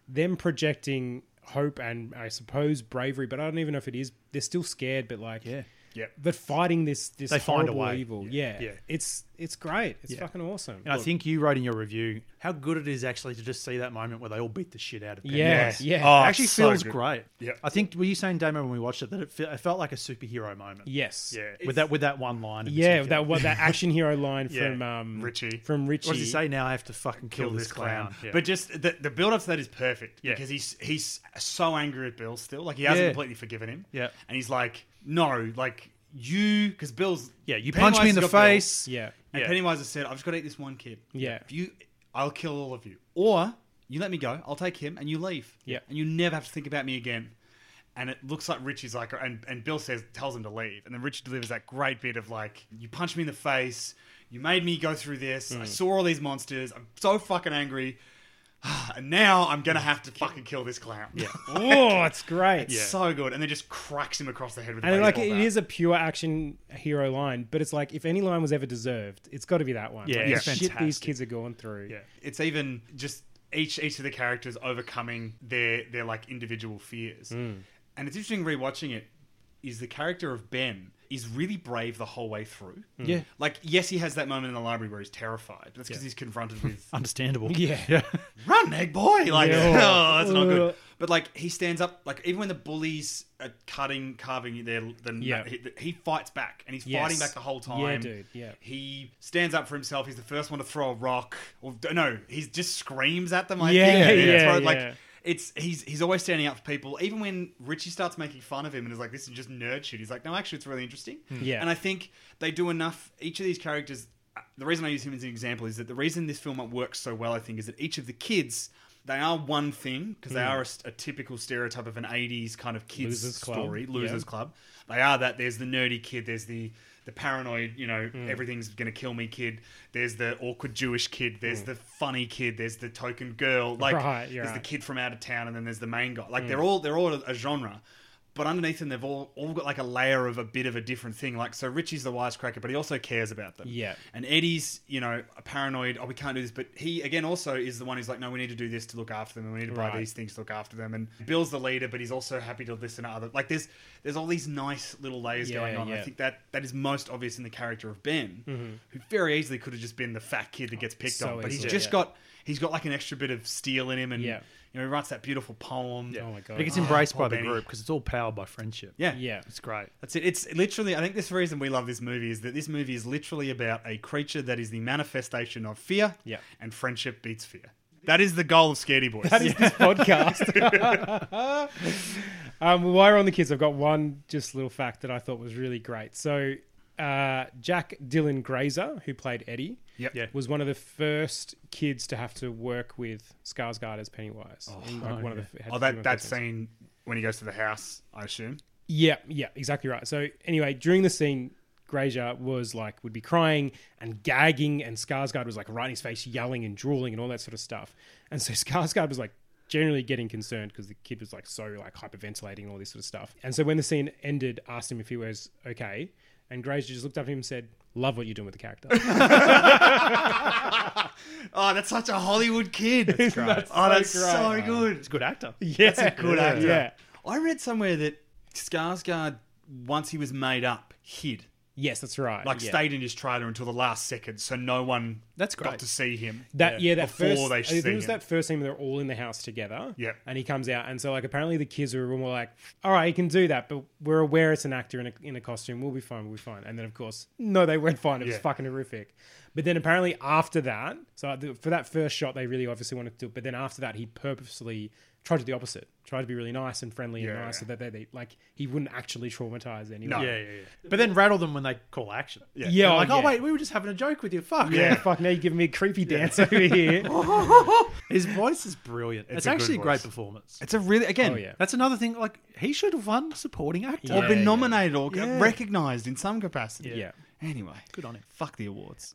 [SPEAKER 4] them projecting hope and I suppose bravery, but I don't even know if it is. They're still scared, but like,
[SPEAKER 6] Yeah. Yep.
[SPEAKER 4] But fighting this this
[SPEAKER 6] They find a
[SPEAKER 4] horrible
[SPEAKER 6] way.
[SPEAKER 4] evil,
[SPEAKER 6] Yeah.
[SPEAKER 4] yeah.
[SPEAKER 6] Yeah.
[SPEAKER 4] it's it's great. It's
[SPEAKER 6] Yeah.
[SPEAKER 4] fucking awesome.
[SPEAKER 6] And I think you wrote in your review how good it is actually to just see that moment where they all beat the shit out of
[SPEAKER 4] Yeah,
[SPEAKER 6] Pennywise.
[SPEAKER 4] yeah.
[SPEAKER 6] It
[SPEAKER 4] Oh,
[SPEAKER 6] actually
[SPEAKER 5] so
[SPEAKER 6] feels
[SPEAKER 5] good.
[SPEAKER 6] great.
[SPEAKER 5] Yeah.
[SPEAKER 6] I think were you saying Damo when we watched it that it, fe- it felt like a superhero moment.
[SPEAKER 4] yes,
[SPEAKER 6] Yeah. With that with that one line. in
[SPEAKER 4] yeah.
[SPEAKER 6] particular.
[SPEAKER 4] That what that action hero line
[SPEAKER 6] Yeah.
[SPEAKER 4] from um,
[SPEAKER 7] Richie.
[SPEAKER 4] from Richie.
[SPEAKER 6] What does he say now? I have to fucking kill,
[SPEAKER 7] kill this clown.
[SPEAKER 6] Yeah.
[SPEAKER 7] But just the, the build up to that is perfect
[SPEAKER 6] Yeah.
[SPEAKER 7] because he's he's so angry at Bill still. Like he hasn't
[SPEAKER 6] Yeah.
[SPEAKER 7] completely forgiven him.
[SPEAKER 6] Yeah.
[SPEAKER 7] And he's like, no, like you, because Bill's
[SPEAKER 6] yeah, you punch me in
[SPEAKER 7] has
[SPEAKER 6] the
[SPEAKER 7] got Bill,
[SPEAKER 6] face.
[SPEAKER 4] Yeah,
[SPEAKER 7] and
[SPEAKER 6] Yeah.
[SPEAKER 7] Pennywise has said, "I've just got to eat this one kid.
[SPEAKER 4] Yeah.
[SPEAKER 7] If you, I'll kill all of you, or you let me go. I'll take him, and you leave.
[SPEAKER 4] Yeah.
[SPEAKER 7] and you never have to think about me again." And it looks like Richie's like, and, and Bill says, tells him to leave, and then Richie delivers that great bit of like, "You punched me in the face. You made me go through this.
[SPEAKER 4] Mm.
[SPEAKER 7] I saw all these monsters. I'm so fucking angry." And now I'm
[SPEAKER 4] Mm.
[SPEAKER 7] gonna have to fucking kill this clown. Yeah,
[SPEAKER 4] oh, it's great.
[SPEAKER 7] it's so good. And then just cracks him across the head with. a
[SPEAKER 4] And like
[SPEAKER 7] baseball
[SPEAKER 4] it
[SPEAKER 7] bat.
[SPEAKER 4] is a pure action hero line, but it's like if any line was ever deserved, it's got to be that one.
[SPEAKER 6] Yeah,
[SPEAKER 4] Like, the
[SPEAKER 6] it's
[SPEAKER 4] shit these
[SPEAKER 6] fantastic.
[SPEAKER 4] kids are going through.
[SPEAKER 6] Yeah.
[SPEAKER 7] it's even just each each of the characters overcoming their their like individual fears.
[SPEAKER 6] Hmm.
[SPEAKER 7] And it's interesting rewatching it is the character of Ben is really brave the whole way through.
[SPEAKER 6] Hmm. Yeah.
[SPEAKER 7] Like yes, he has that moment in the library where he's terrified. That's because he's confronted with
[SPEAKER 6] Understandable.
[SPEAKER 4] Yeah.
[SPEAKER 7] run, egg boy. Like,
[SPEAKER 4] Yeah. Uh.
[SPEAKER 7] oh, that's
[SPEAKER 4] Ugh.
[SPEAKER 7] not good. But like, he stands up. Like, even when the bullies are cutting, carving their, the
[SPEAKER 4] Yeah.
[SPEAKER 7] he, he fights back, and he's
[SPEAKER 4] Yes.
[SPEAKER 7] fighting back the whole time.
[SPEAKER 4] Yeah, dude, yeah.
[SPEAKER 7] He stands up for himself. He's the first one to throw a rock, or no, he just screams at them. I
[SPEAKER 4] Yeah,
[SPEAKER 7] think. and
[SPEAKER 4] yeah,
[SPEAKER 7] throw-
[SPEAKER 4] yeah.
[SPEAKER 7] Like, it's he's he's always standing up for people. Even when Richie starts making fun of him and is like, "This is just nerd shit," he's like, "No, actually, it's really interesting."
[SPEAKER 4] Yeah.
[SPEAKER 7] and I think they do enough. Each of these characters. uh, The reason I use him as an example is that the reason this film works so well, I think, is that each of the kids. They are one thing because they are a, st- a typical stereotype of an '80s kind of kids
[SPEAKER 4] Hmm. Losers club,
[SPEAKER 7] story,
[SPEAKER 4] yeah.
[SPEAKER 7] losers club. They are that. There's the nerdy kid. There's the the paranoid, you know,
[SPEAKER 4] Hmm.
[SPEAKER 7] everything's gonna kill me kid. There's the awkward Jewish kid. There's the funny kid. There's the token girl. Like
[SPEAKER 4] Hmm. Right, you're
[SPEAKER 7] there's the
[SPEAKER 4] right.
[SPEAKER 7] kid from out of town, and then there's the main guy.
[SPEAKER 4] Mm.
[SPEAKER 7] Like they're all they're all a genre, but underneath them they've all all got like a layer of a bit of a different thing. Like so, Richie's the wisecracker, but he also cares about them.
[SPEAKER 4] Yeah.
[SPEAKER 7] and Eddie's you know a paranoid. Oh, we can't do this, but he again also is the one who's like, no, we need to do this to look after them, and we need to buy
[SPEAKER 4] Right.
[SPEAKER 7] these things to look after them. And Bill's the leader, but he's also happy to listen to other. Like there's there's all these nice little layers
[SPEAKER 4] Yeah,
[SPEAKER 7] going on. I
[SPEAKER 4] yeah. Mm-hmm.
[SPEAKER 7] think that that is most obvious in the character of Ben, who very easily could have just been the fat kid that gets picked
[SPEAKER 4] So
[SPEAKER 7] on, but he's
[SPEAKER 4] easily,
[SPEAKER 7] just
[SPEAKER 4] yeah.
[SPEAKER 7] got he's got like an extra bit of steel in him, and
[SPEAKER 4] Yeah.
[SPEAKER 7] you know he writes that beautiful poem. Yeah.
[SPEAKER 4] Oh my god.
[SPEAKER 6] But it gets embraced by
[SPEAKER 7] poor
[SPEAKER 6] the
[SPEAKER 7] Benny.
[SPEAKER 6] group because it's all powered by friendship.
[SPEAKER 7] yeah,
[SPEAKER 4] Yeah.
[SPEAKER 6] It's great.
[SPEAKER 7] That's it. It's literally. I think this is the reason we love this movie is that this movie is literally about a creature that is the manifestation of fear.
[SPEAKER 4] Yeah.
[SPEAKER 7] and friendship beats fear. That is the goal of Scaredy Boys.
[SPEAKER 4] That is this podcast. um, while we're on the kids, I've got one just little fact that I thought was really great. So, uh, Jack Dylan Grazer, who played Eddie,
[SPEAKER 7] Yep. Yeah.
[SPEAKER 4] was one of the first kids to have to work with Skarsgård as Pennywise. And, like, one of the, had to
[SPEAKER 7] oh,
[SPEAKER 4] do
[SPEAKER 7] that
[SPEAKER 4] one
[SPEAKER 7] that
[SPEAKER 4] first ones.
[SPEAKER 7] scene when he goes to the house, I assume.
[SPEAKER 4] Yeah, yeah, exactly right. So anyway, during the scene, Grazier was like would be crying and gagging, and Skarsgård was like right in his face, yelling and drooling and all that sort of stuff. And so Skarsgård was like generally getting concerned because the kid was like so like hyperventilating and all this sort of stuff. And so when the scene ended, asked him if he was okay, and Grazier just looked up at him and said, "Love what you're doing with the character."
[SPEAKER 7] Oh, that's such a Hollywood kid. That's
[SPEAKER 4] great. That's so
[SPEAKER 7] oh, that's
[SPEAKER 4] great.
[SPEAKER 7] so good.
[SPEAKER 6] It's a good actor.
[SPEAKER 4] yeah,
[SPEAKER 7] That's a good actor.
[SPEAKER 4] Yeah.
[SPEAKER 7] I read somewhere that Skarsgård, once he was made up, hid.
[SPEAKER 4] Yes, that's right.
[SPEAKER 7] Like
[SPEAKER 4] yeah.
[SPEAKER 7] stayed in his trailer until the last second, so no one
[SPEAKER 6] That's
[SPEAKER 7] got
[SPEAKER 6] great.
[SPEAKER 7] to see him.
[SPEAKER 4] That yeah, that
[SPEAKER 7] before
[SPEAKER 4] first
[SPEAKER 7] they
[SPEAKER 4] I think
[SPEAKER 7] see
[SPEAKER 4] it was
[SPEAKER 7] him.
[SPEAKER 4] that first scene where they're all in the house together.
[SPEAKER 7] Yep.
[SPEAKER 4] and he comes out, and so like apparently the kids are all more like, "All right, he can do that," but we're aware it's an actor in a, in a costume. We'll be fine. We'll be fine. And then of course, no, they weren't fine. It was
[SPEAKER 7] Yeah.
[SPEAKER 4] fucking horrific. But then apparently after that, so the- for that first shot, they really obviously wanted to. do it. But then after that, he purposely tried to do the opposite. Tried to be really nice and friendly and
[SPEAKER 7] Yeah,
[SPEAKER 4] nice,
[SPEAKER 7] yeah.
[SPEAKER 4] so that they, they like he wouldn't actually traumatize anyone.
[SPEAKER 7] No.
[SPEAKER 6] Yeah, yeah, yeah. But then rattle them when they call action.
[SPEAKER 7] Yeah.
[SPEAKER 4] Yeah,
[SPEAKER 6] They're like,
[SPEAKER 4] oh,
[SPEAKER 6] oh
[SPEAKER 4] yeah.
[SPEAKER 6] wait, we were just having a joke with you. Fuck.
[SPEAKER 4] Yeah, fuck. Now you're giving me a creepy dance over here. Oh,
[SPEAKER 6] His voice is brilliant. It's,
[SPEAKER 7] a good
[SPEAKER 6] actually a great
[SPEAKER 7] voice.
[SPEAKER 6] performance.
[SPEAKER 7] It's a really again.
[SPEAKER 4] Oh, yeah.
[SPEAKER 6] That's another thing. Like he should have won supporting actor.
[SPEAKER 7] Or
[SPEAKER 4] Yeah,
[SPEAKER 7] been
[SPEAKER 4] yeah.
[SPEAKER 7] nominated or
[SPEAKER 6] Yeah.
[SPEAKER 7] recognized in some capacity.
[SPEAKER 4] Yeah.
[SPEAKER 7] Anyway,
[SPEAKER 6] Good on him.
[SPEAKER 7] Fuck the awards.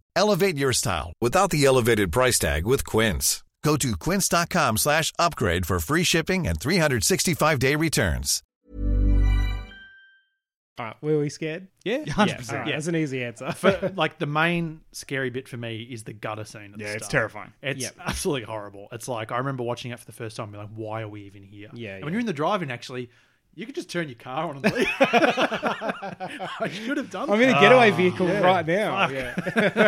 [SPEAKER 1] Elevate your style without the elevated price tag with Quince. Go to quince.com slash upgrade for free shipping and 365-day returns.
[SPEAKER 4] All right, were we scared?
[SPEAKER 6] Yeah,
[SPEAKER 4] Yeah,
[SPEAKER 6] 100%.
[SPEAKER 4] all right,
[SPEAKER 6] yeah.
[SPEAKER 4] that's an easy answer.
[SPEAKER 6] But like the main scary bit for me is the gutter scene. At the
[SPEAKER 5] Yeah, it's
[SPEAKER 6] start.
[SPEAKER 5] terrifying.
[SPEAKER 6] It's
[SPEAKER 4] Yep.
[SPEAKER 6] absolutely horrible. It's like I remember watching it for the first time. and Being like, why are we even here?
[SPEAKER 4] Yeah,
[SPEAKER 6] And when
[SPEAKER 4] yeah.
[SPEAKER 6] you're in the drive-in, actually, you can just turn your car on and leave. I should have done.
[SPEAKER 4] I'm in
[SPEAKER 6] that.
[SPEAKER 4] a getaway vehicle right now.
[SPEAKER 6] Ah, Fuck.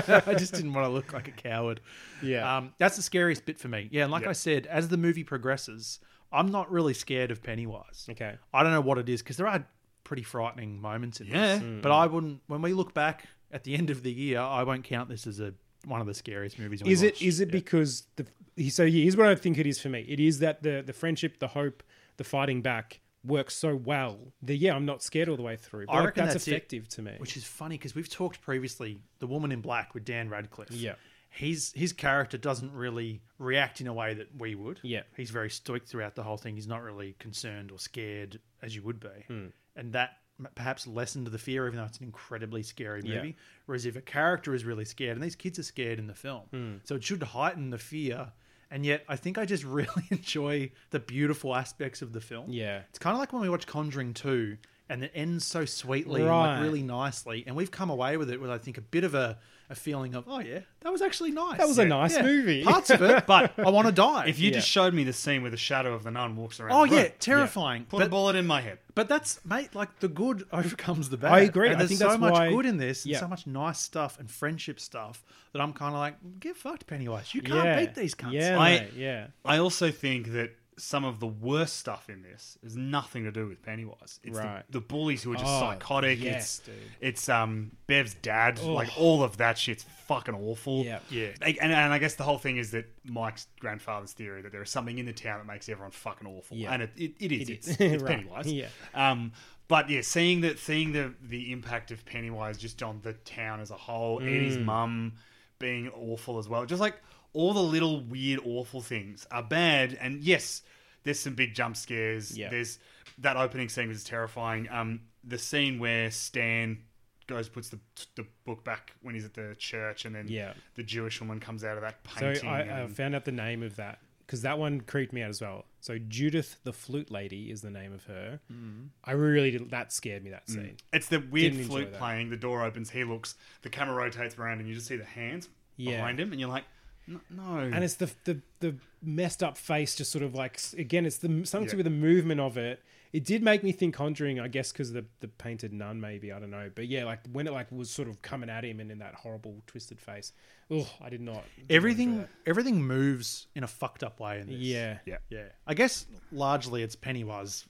[SPEAKER 4] Yeah.
[SPEAKER 6] I just didn't want to look like a coward.
[SPEAKER 4] Yeah.
[SPEAKER 6] Um, that's the scariest bit for me. Yeah, and like
[SPEAKER 5] Yeah.
[SPEAKER 6] I said, as the movie progresses, I'm not really scared of Pennywise.
[SPEAKER 4] Okay.
[SPEAKER 6] I don't know what it is because there are pretty frightening moments in
[SPEAKER 7] Yeah.
[SPEAKER 6] this. But
[SPEAKER 4] Mm.
[SPEAKER 6] I wouldn't. When we look back at the end of the year, I won't count this as a one of the scariest movies. we
[SPEAKER 4] Is it
[SPEAKER 6] watched.
[SPEAKER 4] is it because the he- so here's what I think it is for me. It is that the the friendship, the hope, the fighting back works so well. The yeah, I'm not scared all the way through. But
[SPEAKER 6] I
[SPEAKER 4] like,
[SPEAKER 6] reckon
[SPEAKER 4] that's,
[SPEAKER 6] that's it.
[SPEAKER 4] effective to me.
[SPEAKER 6] Which is funny because we've talked previously. The Woman in Black with Dan Radcliffe.
[SPEAKER 4] Yeah.
[SPEAKER 6] His his character doesn't really react in a way that we would.
[SPEAKER 4] Yeah.
[SPEAKER 6] He's very stoic throughout the whole thing. He's not really concerned or scared as you would be,
[SPEAKER 4] Hmm.
[SPEAKER 6] and that m- perhaps lessened the fear, even though it's an incredibly scary
[SPEAKER 4] Yeah.
[SPEAKER 6] movie. Whereas if a character is really scared, and these kids are scared in the film,
[SPEAKER 4] Hmm.
[SPEAKER 6] so it should heighten the fear. And yet, I think I just really enjoy the beautiful aspects of the film.
[SPEAKER 4] Yeah.
[SPEAKER 6] It's kind of like when we watch Conjuring 2 and it ends so sweetly and
[SPEAKER 4] Right.
[SPEAKER 6] like really nicely. And we've come away with it with, I think, a bit of a, a feeling of, oh, yeah, that was actually nice.
[SPEAKER 4] That was a nice movie.
[SPEAKER 6] Parts of it, but I want to die.
[SPEAKER 7] If you
[SPEAKER 4] Yeah.
[SPEAKER 7] just showed me the scene where the shadow of the nun walks around,
[SPEAKER 6] Oh,
[SPEAKER 7] the room,
[SPEAKER 6] yeah, terrifying.
[SPEAKER 7] put a
[SPEAKER 6] But,
[SPEAKER 7] bullet in my head.
[SPEAKER 6] but that's, mate, like the good overcomes the bad.
[SPEAKER 4] I agree.
[SPEAKER 6] And
[SPEAKER 4] I
[SPEAKER 6] there's
[SPEAKER 4] think
[SPEAKER 6] so
[SPEAKER 4] that's
[SPEAKER 6] much
[SPEAKER 4] why-
[SPEAKER 6] good in this and
[SPEAKER 4] Yeah.
[SPEAKER 6] so much nice stuff and friendship stuff that I'm kind of like, get fucked, Pennywise. You can't
[SPEAKER 4] yeah.
[SPEAKER 6] beat these cunts.
[SPEAKER 4] Yeah,
[SPEAKER 7] I-
[SPEAKER 4] mate, yeah.
[SPEAKER 7] I also think that some of the worst stuff in this is nothing to do with Pennywise. It's
[SPEAKER 4] Right.
[SPEAKER 7] the, the bullies who are just
[SPEAKER 4] Oh,
[SPEAKER 7] psychotic.
[SPEAKER 4] yes,
[SPEAKER 7] it's it's um Bev's dad. Like all of that shit's fucking awful.
[SPEAKER 4] Yeah.
[SPEAKER 6] Yeah.
[SPEAKER 7] Like, and, and I guess the whole thing is that Mike's grandfather's theory that there is something in the town that makes everyone fucking awful.
[SPEAKER 4] Yeah.
[SPEAKER 7] And it, it, it is.
[SPEAKER 4] It
[SPEAKER 7] it's
[SPEAKER 4] is.
[SPEAKER 7] it's
[SPEAKER 4] Right.
[SPEAKER 7] Pennywise.
[SPEAKER 4] Yeah.
[SPEAKER 7] Um, but yeah, seeing that, seeing the the impact of Pennywise just on the town as a whole,
[SPEAKER 4] Mm.
[SPEAKER 7] Eddie's mum being awful as well, just like all the little weird, awful things are bad. And yes, there's some big jump scares.
[SPEAKER 4] Yeah.
[SPEAKER 7] There's that opening scene was terrifying. Um, the scene where Stan goes puts the the book back when he's at the church, and then
[SPEAKER 4] Yeah.
[SPEAKER 7] the Jewish woman comes out of that
[SPEAKER 4] So
[SPEAKER 7] painting.
[SPEAKER 4] I, I
[SPEAKER 7] and-
[SPEAKER 4] found out the name of that because that one creeped me out as well. So Judith the Flute Lady is the name of her.
[SPEAKER 6] Hmm.
[SPEAKER 4] Mm. I really did, that scared me that scene.
[SPEAKER 7] It's the weird
[SPEAKER 4] Didn't enjoy
[SPEAKER 7] flute
[SPEAKER 4] that.
[SPEAKER 7] playing. The door opens. He looks. The camera rotates around, and you just see the hands
[SPEAKER 4] Yeah.
[SPEAKER 7] behind him, and you're like, "N- "No."
[SPEAKER 4] And it's the, the the messed up face, just sort of like s- again, it's the something
[SPEAKER 7] Yeah.
[SPEAKER 4] with the movement of it. It did make me think Conjuring, I guess, because the the painted nun, maybe I don't know, but yeah, like when it like was sort of coming at him and in that horrible twisted face. Oh, I did not. did not enjoy
[SPEAKER 6] Everything,
[SPEAKER 4] that.
[SPEAKER 6] everything moves in a fucked up way in this.
[SPEAKER 4] Yeah.
[SPEAKER 7] yeah,
[SPEAKER 6] Yeah, I guess largely it's Pennywise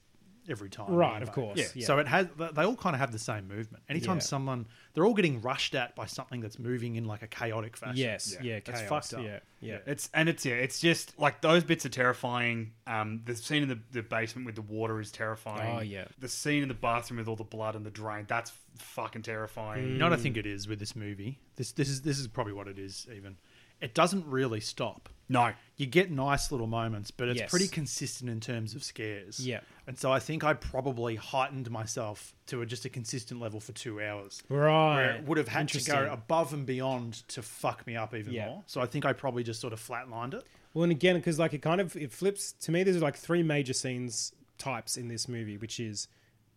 [SPEAKER 6] every time,
[SPEAKER 4] Right,
[SPEAKER 6] in a
[SPEAKER 4] of
[SPEAKER 6] way.
[SPEAKER 4] course,
[SPEAKER 6] Yeah.
[SPEAKER 4] yeah.
[SPEAKER 6] So it has. th- They all kind of have the same movement. Anytime
[SPEAKER 4] Yeah.
[SPEAKER 6] someone, they're all getting rushed at by something that's moving in like a chaotic fashion.
[SPEAKER 4] Yes. Yeah.
[SPEAKER 6] That's
[SPEAKER 4] chaos,
[SPEAKER 6] fucked up.
[SPEAKER 4] Yeah. Yeah.
[SPEAKER 7] It's and it's yeah, it's just like those bits are terrifying. Um, the scene in the, the basement with the water is terrifying.
[SPEAKER 4] Oh, yeah.
[SPEAKER 7] the scene in the bathroom with all the blood and the drain that's fucking terrifying.
[SPEAKER 4] Mm.
[SPEAKER 6] You know what I think it is with this movie. This this is this is probably what it is. Even it doesn't really stop.
[SPEAKER 7] No,
[SPEAKER 6] You get nice little moments, but it's
[SPEAKER 4] Yes.
[SPEAKER 6] pretty consistent in terms of scares.
[SPEAKER 4] Yeah.
[SPEAKER 6] And so I think I probably heightened myself to a, just a consistent level for two hours. where
[SPEAKER 4] Right.
[SPEAKER 6] it would have had to
[SPEAKER 4] Interesting.
[SPEAKER 6] go above and beyond to fuck me up even
[SPEAKER 4] Yeah.
[SPEAKER 6] more. So I think I probably just sort of flatlined it.
[SPEAKER 4] Well, and again, because like it kind of it flips to me. There's like three major scenes types in this movie, which is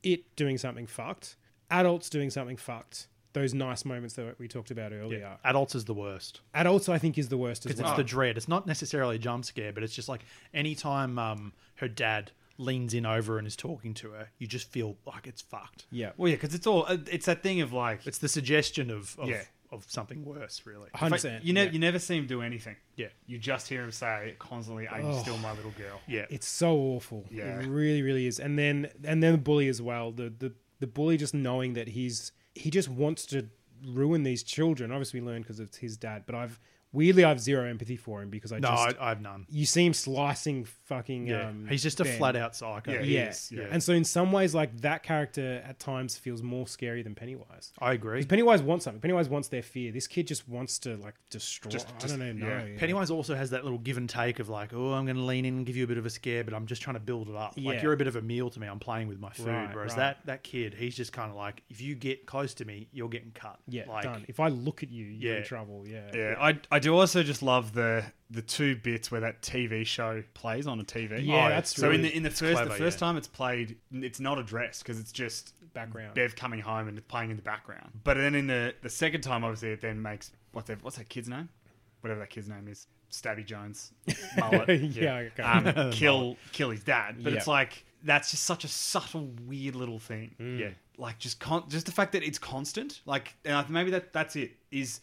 [SPEAKER 4] it doing something fucked, adults doing something fucked, those nice moments that we talked about earlier.
[SPEAKER 6] Adults is the worst.
[SPEAKER 4] Adults, I think, is the worst as
[SPEAKER 6] because
[SPEAKER 4] well.
[SPEAKER 6] it's the dread. It's not necessarily a jump scare, but it's just like anytime um, her dad leans in over and is talking to her, you just feel like it's fucked.
[SPEAKER 4] Yeah.
[SPEAKER 5] Well, yeah, because it's all uh, it's that thing of like
[SPEAKER 6] It's the suggestion of of,
[SPEAKER 5] Yeah.
[SPEAKER 6] of something worse, really.
[SPEAKER 5] in fact,
[SPEAKER 4] 100%,
[SPEAKER 5] you never
[SPEAKER 4] yeah.
[SPEAKER 5] you never see him do anything.
[SPEAKER 6] Yeah.
[SPEAKER 5] you just hear him say constantly, "I'm
[SPEAKER 4] Oh.
[SPEAKER 5] still my little girl."
[SPEAKER 6] Yeah,
[SPEAKER 4] It's so awful.
[SPEAKER 5] Yeah.
[SPEAKER 4] It really, really is. And then and then the bully as well. The the the bully just knowing that he's he just wants to ruin these children. Obviously, we learned because it's his dad. But I've weirdly I have zero empathy for him because I
[SPEAKER 6] no,
[SPEAKER 4] just
[SPEAKER 6] I, I have none.
[SPEAKER 4] you see him slicing fucking.
[SPEAKER 6] Yeah,
[SPEAKER 4] Um,
[SPEAKER 6] he's just a
[SPEAKER 4] Ben.
[SPEAKER 6] flat out psycho.
[SPEAKER 5] Yeah,
[SPEAKER 6] He
[SPEAKER 4] Yeah.
[SPEAKER 6] is, yeah.
[SPEAKER 4] and so in some ways, like that character at times feels more scary than Pennywise.
[SPEAKER 6] I agree.
[SPEAKER 4] 'Cause Pennywise wants something. Pennywise wants their fear. This kid just wants to like destroy.
[SPEAKER 6] Just-
[SPEAKER 4] I
[SPEAKER 6] just-
[SPEAKER 4] don't know. no,
[SPEAKER 5] yeah.
[SPEAKER 4] yeah.
[SPEAKER 6] Pennywise also has that little give and take of like, oh, I'm going to lean in and give you a bit of a scare, but I'm just trying to build it up.
[SPEAKER 4] Yeah.
[SPEAKER 6] Like you're a bit of a meal to me. I'm playing with my food.
[SPEAKER 4] Right,
[SPEAKER 6] Whereas
[SPEAKER 4] right.
[SPEAKER 6] that that kid, he's just kind of like, if you get close to me, you're getting cut.
[SPEAKER 4] Yeah,
[SPEAKER 6] like,
[SPEAKER 4] done. If I look at you, you're in
[SPEAKER 6] Yeah.
[SPEAKER 4] trouble. Yeah.
[SPEAKER 7] Yeah, I, I do also just love the the two bits where that TV show plays on a TV.
[SPEAKER 4] Yeah, Oh, that's
[SPEAKER 7] so in
[SPEAKER 4] really-
[SPEAKER 7] the in the first
[SPEAKER 6] clever,
[SPEAKER 7] the first
[SPEAKER 6] yeah.
[SPEAKER 7] time it's played, it's not addressed because it's just
[SPEAKER 4] Background.
[SPEAKER 7] Bev coming home and it's playing in the background. But then in the the second time, obviously, it then makes what's that, what's that kid's name? Whatever that kid's name is, Stabby Jones, mullet.
[SPEAKER 4] Yeah, okay.
[SPEAKER 7] um, kill kill his dad. But
[SPEAKER 4] Yeah.
[SPEAKER 7] it's like that's just such a subtle, weird little thing.
[SPEAKER 4] Mm.
[SPEAKER 7] Yeah, like just con- just the fact that it's constant. Like, and I, think maybe that that's it. Is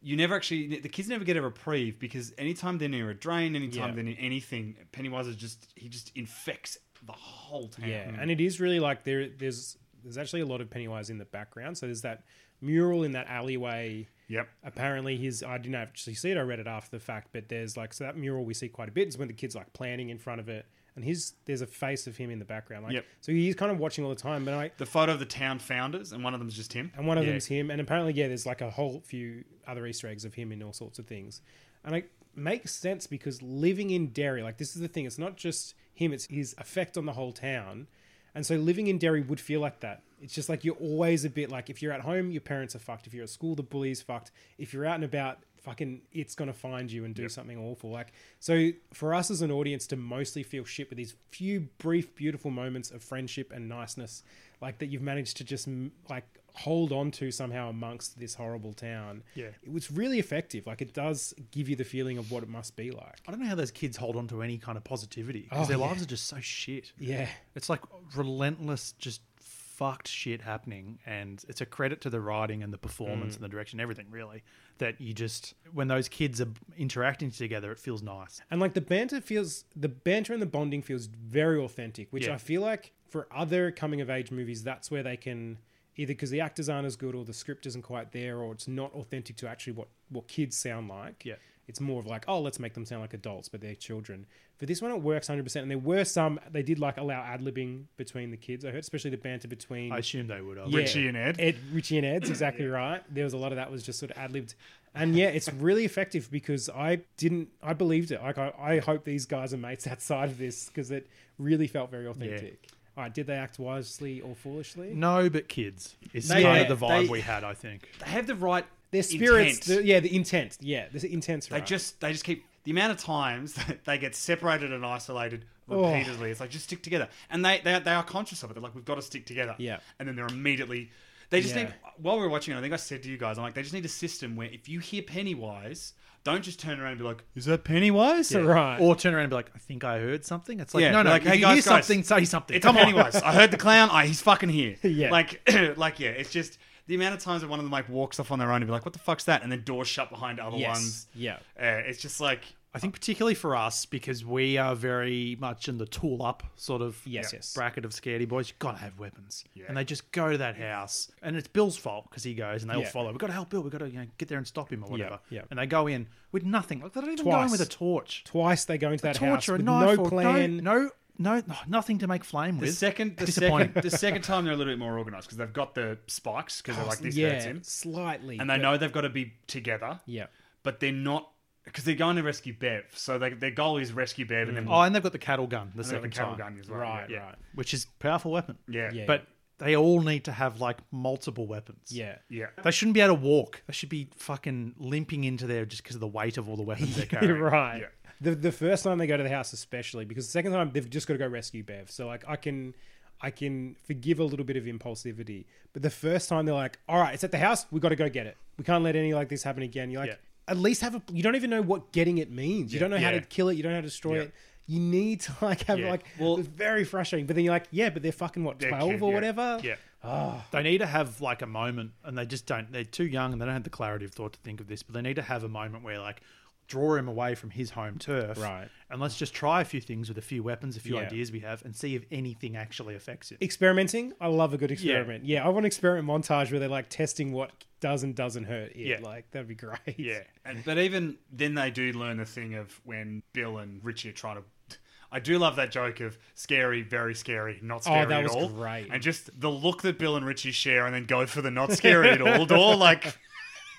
[SPEAKER 7] you never actually the kids never get a reprieve because anytime they're near a drain, anytime
[SPEAKER 4] Yeah.
[SPEAKER 7] they're near anything, Pennywise is just he just infects the whole town.
[SPEAKER 4] Yeah, and it is really like there. There's there's actually a lot of Pennywise in the background. So there's that mural in that alleyway.
[SPEAKER 7] Yep.
[SPEAKER 4] Apparently, his I didn't actually see it. I read it after the fact, but there's like so that mural we see quite a bit is when the kid's like planning in front of it, and his there's a face of him in the background. Like,
[SPEAKER 7] Yep.
[SPEAKER 4] so he's kind of watching all the time. But I
[SPEAKER 7] The photo of the town founders, and one of them's just him.
[SPEAKER 4] and one of them's him. And apparently, yeah, there's like a whole few other Easter eggs of him in all sorts of things, and it makes sense because living in Derry, like this is the thing. It's not just him; it's his effect on the whole town. And so, living in Derry would feel like that. It's just like you're always a bit like if you're at home, your parents are fucked. If you're at school, the bully's fucked. If you're out and about, fucking, it's gonna find you and do something awful. Like so, for us as an audience to mostly feel shit with these few brief, beautiful moments of friendship and niceness, like that you've managed to just m- like hold on to somehow amongst this horrible town.
[SPEAKER 6] Yeah.
[SPEAKER 4] It was really effective. Like it does give you the feeling of what it must be like.
[SPEAKER 6] I don't know how those kids hold on to any kind of positivity because
[SPEAKER 4] Oh,
[SPEAKER 6] their
[SPEAKER 4] yeah.
[SPEAKER 6] lives are just so shit.
[SPEAKER 4] Yeah.
[SPEAKER 6] It's like relentless, just fucked shit happening. And it's a credit to the writing and the performance
[SPEAKER 7] Mm.
[SPEAKER 6] and the direction, everything really, that you just, when those kids are interacting together, it feels nice.
[SPEAKER 4] And like the banter feels the banter and the bonding feels very authentic, which
[SPEAKER 6] Yeah.
[SPEAKER 4] I feel like for other coming of age movies, that's where they can either because the actors aren't as good or the script isn't quite there or it's not authentic to actually what what kids sound like.
[SPEAKER 6] Yeah.
[SPEAKER 4] It's more of like, oh, let's make them sound like adults, but they're children. For this one, it works 100%. And there were some, they did like allow ad libbing between the kids. I heard, especially the banter between.
[SPEAKER 6] I assume they would. Eh, I
[SPEAKER 4] Yeah.
[SPEAKER 7] Richie and Ed.
[SPEAKER 4] Richie and Ed's exactly right. There was a lot of that was just sort of ad libbed, and yeah, it's really effective because I didn't, I believed it. Like I, I hope these guys are mates outside of this because it really felt very authentic. All right, did they act wisely or foolishly?
[SPEAKER 6] No, but kids. It's
[SPEAKER 7] They-
[SPEAKER 6] kind of the vibe
[SPEAKER 7] they-
[SPEAKER 6] we had, I think.
[SPEAKER 7] They have the right
[SPEAKER 4] Their spirits,
[SPEAKER 7] intent.
[SPEAKER 4] the, yeah, the intent, yeah, the intense.
[SPEAKER 7] They
[SPEAKER 4] Right?
[SPEAKER 7] just they just keep the amount of times that they get separated and isolated
[SPEAKER 4] Oh.
[SPEAKER 7] repeatedly. It's like just stick together, and they, they they are conscious of it. They're like, we've got to stick together.
[SPEAKER 4] Yeah.
[SPEAKER 7] and then they're immediately. They just
[SPEAKER 4] Yeah.
[SPEAKER 7] need. While we were watching it, I think I said to you guys, I'm like, they just need a system where if you hear Pennywise, don't just turn around and be like, "Is that Pennywise?"
[SPEAKER 4] Yeah. Right.
[SPEAKER 6] Or turn around and be like, I think I heard something. It's like,
[SPEAKER 7] Yeah,
[SPEAKER 6] no, no,
[SPEAKER 7] like,
[SPEAKER 6] if
[SPEAKER 7] hey,
[SPEAKER 6] you
[SPEAKER 7] guys,
[SPEAKER 6] hear
[SPEAKER 7] guys,
[SPEAKER 6] something, say something.
[SPEAKER 7] It's
[SPEAKER 6] Come on.
[SPEAKER 7] Pennywise. I heard the clown. I, he's fucking here.
[SPEAKER 4] Yeah.
[SPEAKER 7] Like, like yeah. It's just the amount of times that one of them like walks off on their own and be like, "What the fuck's that?" and then doors shut behind other
[SPEAKER 4] Yes.
[SPEAKER 7] ones.
[SPEAKER 4] Yeah.
[SPEAKER 7] Uh, it's just like
[SPEAKER 6] I think particularly for us because we are very much in the tool up sort of
[SPEAKER 4] Yes, yes.
[SPEAKER 6] bracket of scaredy boys. You gotta have weapons, and they just go to that house, and it's Bill's fault because he goes, and they
[SPEAKER 4] Yeah.
[SPEAKER 6] all follow. We gotta help Bill. We gotta you know, get there and stop him or whatever.
[SPEAKER 4] yeah.
[SPEAKER 6] And they go in with nothing. Like they don't even go
[SPEAKER 4] Twice.
[SPEAKER 6] in with a torch.
[SPEAKER 4] twice they go into that house
[SPEAKER 6] torch or a
[SPEAKER 4] with
[SPEAKER 6] knife
[SPEAKER 4] no
[SPEAKER 6] or
[SPEAKER 4] plan.
[SPEAKER 6] No, no, no, nothing to make flame
[SPEAKER 7] The
[SPEAKER 6] with.
[SPEAKER 7] second, the
[SPEAKER 6] Disappointing.
[SPEAKER 7] second, the second time they're a little bit more organized because they've got the spikes because they're like this
[SPEAKER 4] Oh, yeah,
[SPEAKER 7] hurts him,
[SPEAKER 4] slightly,
[SPEAKER 7] and they
[SPEAKER 4] but-
[SPEAKER 7] know they've got to be together.
[SPEAKER 4] Yeah.
[SPEAKER 7] but they're not because they're going to rescue Bev. So they, their goal is rescue Bev,
[SPEAKER 4] Mm.
[SPEAKER 7] and then
[SPEAKER 6] Oh, and they've got the cattle gun. The
[SPEAKER 7] and they've got
[SPEAKER 6] second
[SPEAKER 7] the cattle
[SPEAKER 6] time.
[SPEAKER 7] gun as well.
[SPEAKER 4] Right,
[SPEAKER 7] yeah.
[SPEAKER 4] right.
[SPEAKER 6] which is a powerful weapon.
[SPEAKER 7] Yeah.
[SPEAKER 4] Yeah.
[SPEAKER 6] But they all need to have like multiple weapons.
[SPEAKER 4] Yeah.
[SPEAKER 7] yeah.
[SPEAKER 6] They shouldn't be able to walk. They should be fucking limping into there just because of the weight of all the weapons they're carrying.
[SPEAKER 4] right.
[SPEAKER 7] Yeah.
[SPEAKER 4] The the first time they go to the house, especially because the second time they've just got to go rescue Bev. So like I can, I can forgive a little bit of impulsivity. But the first time they're like, all right, it's at the house. We got to go get it. We can't let any like this happen again. You're like, at least have a, you don't even know what getting it means. You don't know how
[SPEAKER 5] Yeah.
[SPEAKER 4] to kill it. You don't know how to destroy
[SPEAKER 5] Yeah.
[SPEAKER 4] it. You need to like have
[SPEAKER 5] Yeah.
[SPEAKER 4] like, well, it's very frustrating. But then you're like, yeah, but they're fucking what,
[SPEAKER 5] They're
[SPEAKER 4] 12
[SPEAKER 5] kid-
[SPEAKER 4] or
[SPEAKER 5] yeah.
[SPEAKER 4] whatever?
[SPEAKER 5] Yeah.
[SPEAKER 6] They need to have like a moment, and they just don't. They're too young, and they don't have the clarity of thought to think of this. But they need to have a moment where like draw him away from his home turf,
[SPEAKER 4] Right.
[SPEAKER 6] And let's just try a few things with a few weapons, a few
[SPEAKER 4] Yeah.
[SPEAKER 6] ideas we have, and see if anything actually affects it.
[SPEAKER 4] Experimenting, I love a good experiment. Yeah, I want an experiment montage where they're like testing what does and doesn't hurt it.
[SPEAKER 7] Yeah.
[SPEAKER 4] Like, that'd be great.
[SPEAKER 7] Yeah, and, but even then, they do learn the thing of when Bill and Richie are trying to. I do love that joke of scary, very scary, not
[SPEAKER 4] Oh,
[SPEAKER 7] scary
[SPEAKER 4] that
[SPEAKER 7] at
[SPEAKER 4] was
[SPEAKER 7] all.
[SPEAKER 4] great.
[SPEAKER 7] And just the look that Bill and Richie share, and then go for the not scary at all door. Like,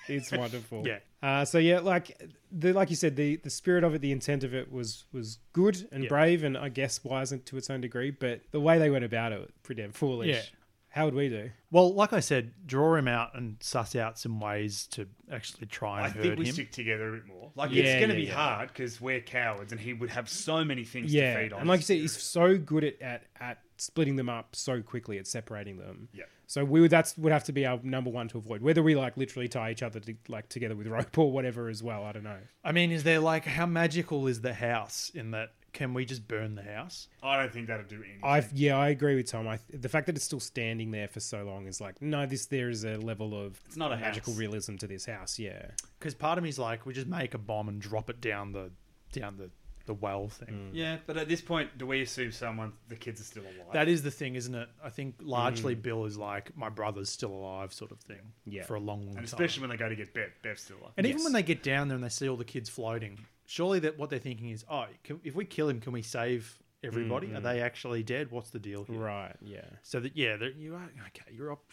[SPEAKER 4] It's wonderful.
[SPEAKER 7] Yeah.
[SPEAKER 4] Uh, so yeah, like the like you said, the the spirit of it, the intent of it was was good and brave, and I guess wise to its own degree. But the way they went about it, pretty damn foolish.
[SPEAKER 6] Yeah.
[SPEAKER 4] How would we do?
[SPEAKER 6] Well, like I said, draw him out and suss out some ways to actually try and
[SPEAKER 7] I
[SPEAKER 6] hurt
[SPEAKER 7] think we
[SPEAKER 6] him.
[SPEAKER 7] stick together a bit more. Like,
[SPEAKER 4] Yeah,
[SPEAKER 7] it's going to
[SPEAKER 4] yeah,
[SPEAKER 7] be
[SPEAKER 4] yeah.
[SPEAKER 7] hard because we're cowards, and he would have so many things
[SPEAKER 4] yeah.
[SPEAKER 7] to feed on.
[SPEAKER 4] And like you said, he's so good at, at at splitting them up so quickly, at separating them.
[SPEAKER 7] Yeah.
[SPEAKER 4] So we would that's would have to be our number one to avoid. Whether we like literally tie each other to, like together with rope or whatever as well, I don't know.
[SPEAKER 6] I mean, is there like how magical is the house in that? Can we just burn the house?
[SPEAKER 7] I don't think that'll do anything.
[SPEAKER 4] I've yeah, I agree with Tom. I the fact that it's still standing there for so long is like no, this there is a level of
[SPEAKER 7] It's not a
[SPEAKER 4] magical
[SPEAKER 7] house.
[SPEAKER 4] realism to this house. Yeah,
[SPEAKER 6] Because part of me's like, we just make a bomb and drop it down the down the the well
[SPEAKER 4] Mm.
[SPEAKER 6] thing.
[SPEAKER 7] yeah, but at this point, do we assume someone, the kids are still alive?
[SPEAKER 6] That is the thing, isn't it? I think largely Bill is like, my brother's still alive, sort of thing.
[SPEAKER 4] Mm. Yeah.
[SPEAKER 6] For a long, long
[SPEAKER 7] and
[SPEAKER 6] time.
[SPEAKER 7] especially when they go to get Bev, Bev's still alive.
[SPEAKER 6] and even when they get down there and they see all the kids floating, surely that what they're thinking is, oh, can, if we kill him, can we save everybody? Are they actually dead? What's the deal here?
[SPEAKER 4] Mm, right. Yeah,
[SPEAKER 6] So that yeah, that you are okay. You're up.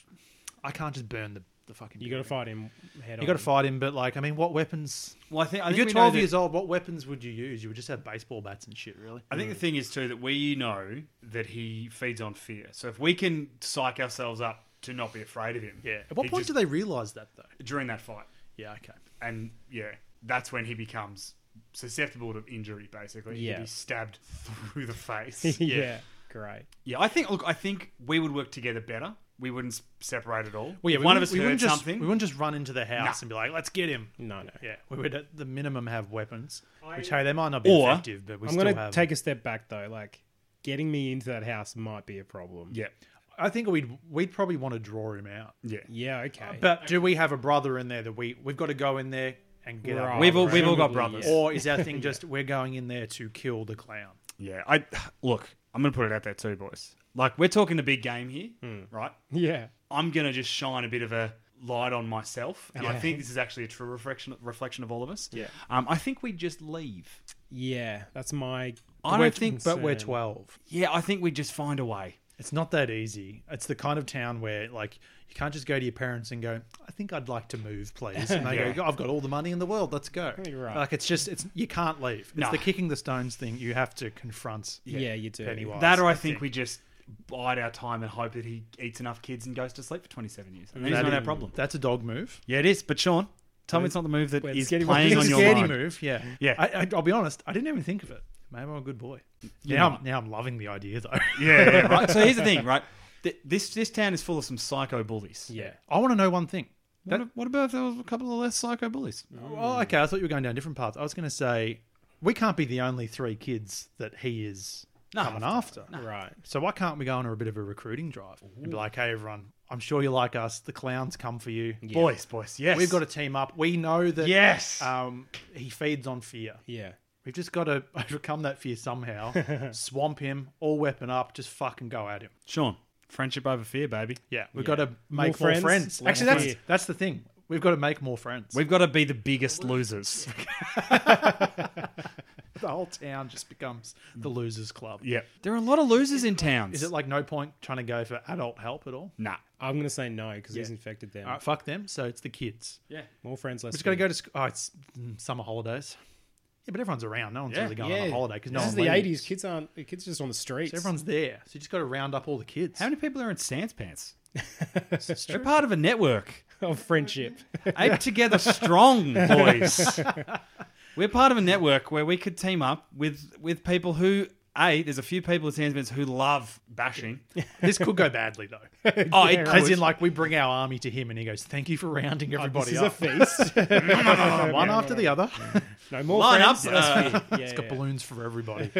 [SPEAKER 6] I can't just burn the the fucking.
[SPEAKER 4] you got to
[SPEAKER 6] building.
[SPEAKER 4] fight him head on.
[SPEAKER 6] You got to fight him, but like, I mean, what weapons?
[SPEAKER 7] Well, I think- I
[SPEAKER 6] if
[SPEAKER 7] think
[SPEAKER 6] you're
[SPEAKER 7] we know
[SPEAKER 6] 12
[SPEAKER 7] that-
[SPEAKER 6] years old, what weapons would you use? You would just have baseball bats and shit, really.
[SPEAKER 7] I think the thing is too that we know that he feeds on fear. So if we can psych ourselves up to not be afraid of him,
[SPEAKER 6] Yeah. At what point do they realize that though?
[SPEAKER 7] they during that fight?
[SPEAKER 6] Yeah. Okay.
[SPEAKER 7] And yeah, that's when he becomes susceptible to injury. Basically,
[SPEAKER 4] Yeah.
[SPEAKER 7] he'd be stabbed through the face.
[SPEAKER 4] yeah. great.
[SPEAKER 7] yeah. I think. Look, I think we would work together better. We wouldn't s- separate at all.
[SPEAKER 6] Well, yeah,
[SPEAKER 7] If
[SPEAKER 6] we
[SPEAKER 7] one of
[SPEAKER 6] wouldn't-
[SPEAKER 7] us
[SPEAKER 6] we
[SPEAKER 7] heard
[SPEAKER 6] wouldn't just,
[SPEAKER 7] something.
[SPEAKER 6] We wouldn't just run into the house
[SPEAKER 7] Nah.
[SPEAKER 6] and be like, "Let's get him."
[SPEAKER 4] No, no.
[SPEAKER 6] Yeah, we would at the minimum have weapons, which hey, they might not be
[SPEAKER 7] Or-
[SPEAKER 6] effective, but we
[SPEAKER 4] I'm
[SPEAKER 6] still
[SPEAKER 4] gonna
[SPEAKER 6] have.
[SPEAKER 4] take a step back though. Like getting me into that house might be a problem.
[SPEAKER 7] yeah,
[SPEAKER 6] I think we'd we'd probably want to draw him out.
[SPEAKER 7] yeah.
[SPEAKER 4] Yeah. Okay.
[SPEAKER 6] But do we have a brother in there that we we've got to go in there and get our
[SPEAKER 4] Right,
[SPEAKER 7] We've all- we've all got
[SPEAKER 4] presumably,
[SPEAKER 7] brothers.
[SPEAKER 4] yeah.
[SPEAKER 6] Or is our thing just we're going in there to kill the clown?
[SPEAKER 7] Yeah, I look. I'm gonna put it out there too, boys. Like we're talking the big game here, right?
[SPEAKER 4] Yeah.
[SPEAKER 7] I'm gonna just shine a bit of a light on myself, and I think this is actually a true reflection reflection of all of us.
[SPEAKER 4] Yeah.
[SPEAKER 7] Um, I think we just leave.
[SPEAKER 4] Yeah. That's my. great
[SPEAKER 7] I don't think,
[SPEAKER 6] But we're
[SPEAKER 4] concern.
[SPEAKER 6] twelve.
[SPEAKER 7] Yeah, I think we just find a way.
[SPEAKER 6] It's not that easy. It's the kind of town where like you can't just go to your parents and go, "I think I'd like to move, please." And they go, "I've got all the money in the world. Let's go."
[SPEAKER 4] You're right.
[SPEAKER 6] Like it's just it's you can't leave. It's
[SPEAKER 7] Nah.
[SPEAKER 6] the kicking the stones thing. You have to confront.
[SPEAKER 4] Yeah, you do.
[SPEAKER 6] Pennywise.
[SPEAKER 7] That, or I think we just bide our time and hope that he eats enough kids and goes to sleep for 27 years. And then it's
[SPEAKER 6] That
[SPEAKER 7] not our
[SPEAKER 6] is-
[SPEAKER 7] problem.
[SPEAKER 6] That's a dog move.
[SPEAKER 7] Yeah, it is. But Sean, tell me it's not the move that
[SPEAKER 4] Well,
[SPEAKER 7] is
[SPEAKER 4] it's getting-
[SPEAKER 7] playing
[SPEAKER 4] it's
[SPEAKER 7] on
[SPEAKER 6] a
[SPEAKER 7] your
[SPEAKER 6] scary
[SPEAKER 7] mind.
[SPEAKER 6] move. Yeah,
[SPEAKER 7] Yeah.
[SPEAKER 6] I, I, I'll be honest. I didn't even think of it. Maybe I'm a good boy. Now, I'm, now I'm loving the idea though.
[SPEAKER 7] Yeah, yeah, right. So here's the thing, right? Th- This this town is full of some psycho bullies.
[SPEAKER 4] Yeah.
[SPEAKER 6] I want to know one thing.
[SPEAKER 7] What, a- what about if there was a couple of less psycho bullies?
[SPEAKER 6] Oh, okay. I thought you were going down different paths. I was going to say we can't be the only three kids that he is coming after.
[SPEAKER 4] Right.
[SPEAKER 6] So why can't we go on a bit of a recruiting drive and be like, hey, everyone, I'm sure you like us. The clowns come for you.
[SPEAKER 7] Boys, boys, yes.
[SPEAKER 6] We've got to team up. We know that.
[SPEAKER 7] Yes.
[SPEAKER 6] Um, he feeds on fear.
[SPEAKER 4] Yeah.
[SPEAKER 6] We've just got to overcome that fear somehow. swamp him, all weapon up, just fucking go at him.
[SPEAKER 7] Sean, friendship over fear, baby.
[SPEAKER 6] Yeah, we've got to make more,
[SPEAKER 4] friends,
[SPEAKER 6] friends.
[SPEAKER 4] less
[SPEAKER 6] Actually, that's
[SPEAKER 4] fear.
[SPEAKER 6] that's the thing. We've got to make more friends.
[SPEAKER 7] We've got to be the biggest losers.
[SPEAKER 6] the whole town just becomes the losers club.
[SPEAKER 7] There are a lot of losers in towns.
[SPEAKER 6] Is it like no point trying to go for adult help at all?
[SPEAKER 7] Nah.
[SPEAKER 4] I'm gonna say no because he's infected them.
[SPEAKER 6] All right, fuck them. So it's the kids.
[SPEAKER 7] Yeah.
[SPEAKER 4] More friends, less.
[SPEAKER 6] We're Uh, just going to
[SPEAKER 4] fear.
[SPEAKER 6] go to school. Oh, it's mm, summer holidays. Yeah, but everyone's around. No one's
[SPEAKER 7] Yeah.
[SPEAKER 6] really going on a holiday because no
[SPEAKER 4] This
[SPEAKER 6] one
[SPEAKER 4] is the
[SPEAKER 6] leaves.
[SPEAKER 4] '80s. Kids aren't. the Kids are just on the streets.
[SPEAKER 6] So everyone's there. So you just got to round up all the kids.
[SPEAKER 7] How many people are in sans pants? They're part of a network.
[SPEAKER 4] of friendship.
[SPEAKER 7] Ape together strong, boys. We're part of a network where we could team up with with people who A, there's a few people with Sandman's who love bashing.
[SPEAKER 6] This could go badly though.
[SPEAKER 7] Oh, it
[SPEAKER 6] As
[SPEAKER 7] could.
[SPEAKER 6] in, like we bring our army to him, and he goes, "Thank you for rounding
[SPEAKER 4] Oh, this
[SPEAKER 6] everybody
[SPEAKER 4] is a
[SPEAKER 6] up."
[SPEAKER 4] feast.
[SPEAKER 6] One after the other.
[SPEAKER 4] no more
[SPEAKER 7] Line up,
[SPEAKER 4] friends.
[SPEAKER 7] uh,
[SPEAKER 4] yeah,
[SPEAKER 6] it's
[SPEAKER 4] yeah,
[SPEAKER 6] got
[SPEAKER 4] yeah.
[SPEAKER 6] balloons for everybody.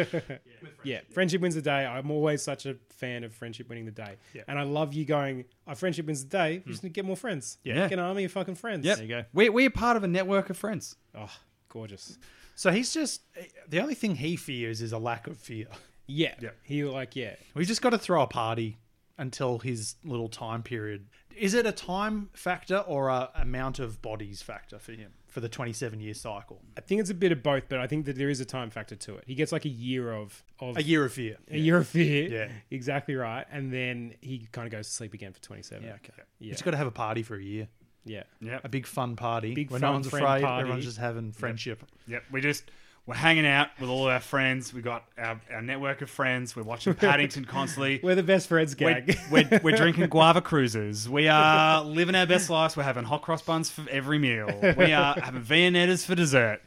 [SPEAKER 4] Yeah, friendship wins the day. I'm always such a fan of friendship winning the day, and I love you going. Our friendship wins the day.
[SPEAKER 6] Hmm.
[SPEAKER 4] We just need to get more friends.
[SPEAKER 7] Yeah.
[SPEAKER 4] make an army of fucking friends.
[SPEAKER 7] Yep. We, we're part of a network of friends.
[SPEAKER 4] Oh, gorgeous.
[SPEAKER 6] So he's just the only thing he fears is a lack of fear.
[SPEAKER 4] Yeah, he like yeah.
[SPEAKER 6] We've just got to throw a party until his little time period. Is it a time factor or a amount of bodies factor for him for the 27 year cycle?
[SPEAKER 4] I think it's a bit of both, but I think that there is a time factor to it. He gets like a year of of
[SPEAKER 6] A year of fear.
[SPEAKER 4] a year of fear.
[SPEAKER 6] Yeah.
[SPEAKER 4] exactly right. And then he kind of goes to sleep again for 27.
[SPEAKER 6] Yeah, okay.
[SPEAKER 4] Yeah.
[SPEAKER 6] You just got to have a party for a year.
[SPEAKER 4] Yeah,
[SPEAKER 6] A big fun party
[SPEAKER 4] Big
[SPEAKER 6] where
[SPEAKER 4] fun
[SPEAKER 6] no one's
[SPEAKER 4] friend
[SPEAKER 6] afraid.
[SPEAKER 4] party.
[SPEAKER 6] Everyone's just having friendship.
[SPEAKER 7] Yep. We just we're hanging out with all our friends. We got our, our network of friends. We're watching Paddington constantly.
[SPEAKER 4] we're the best friends
[SPEAKER 7] we're,
[SPEAKER 4] gag.
[SPEAKER 7] we're, we're drinking guava cruises. We are living our best lives. We're having hot cross buns for every meal. We are having Viennettas for dessert.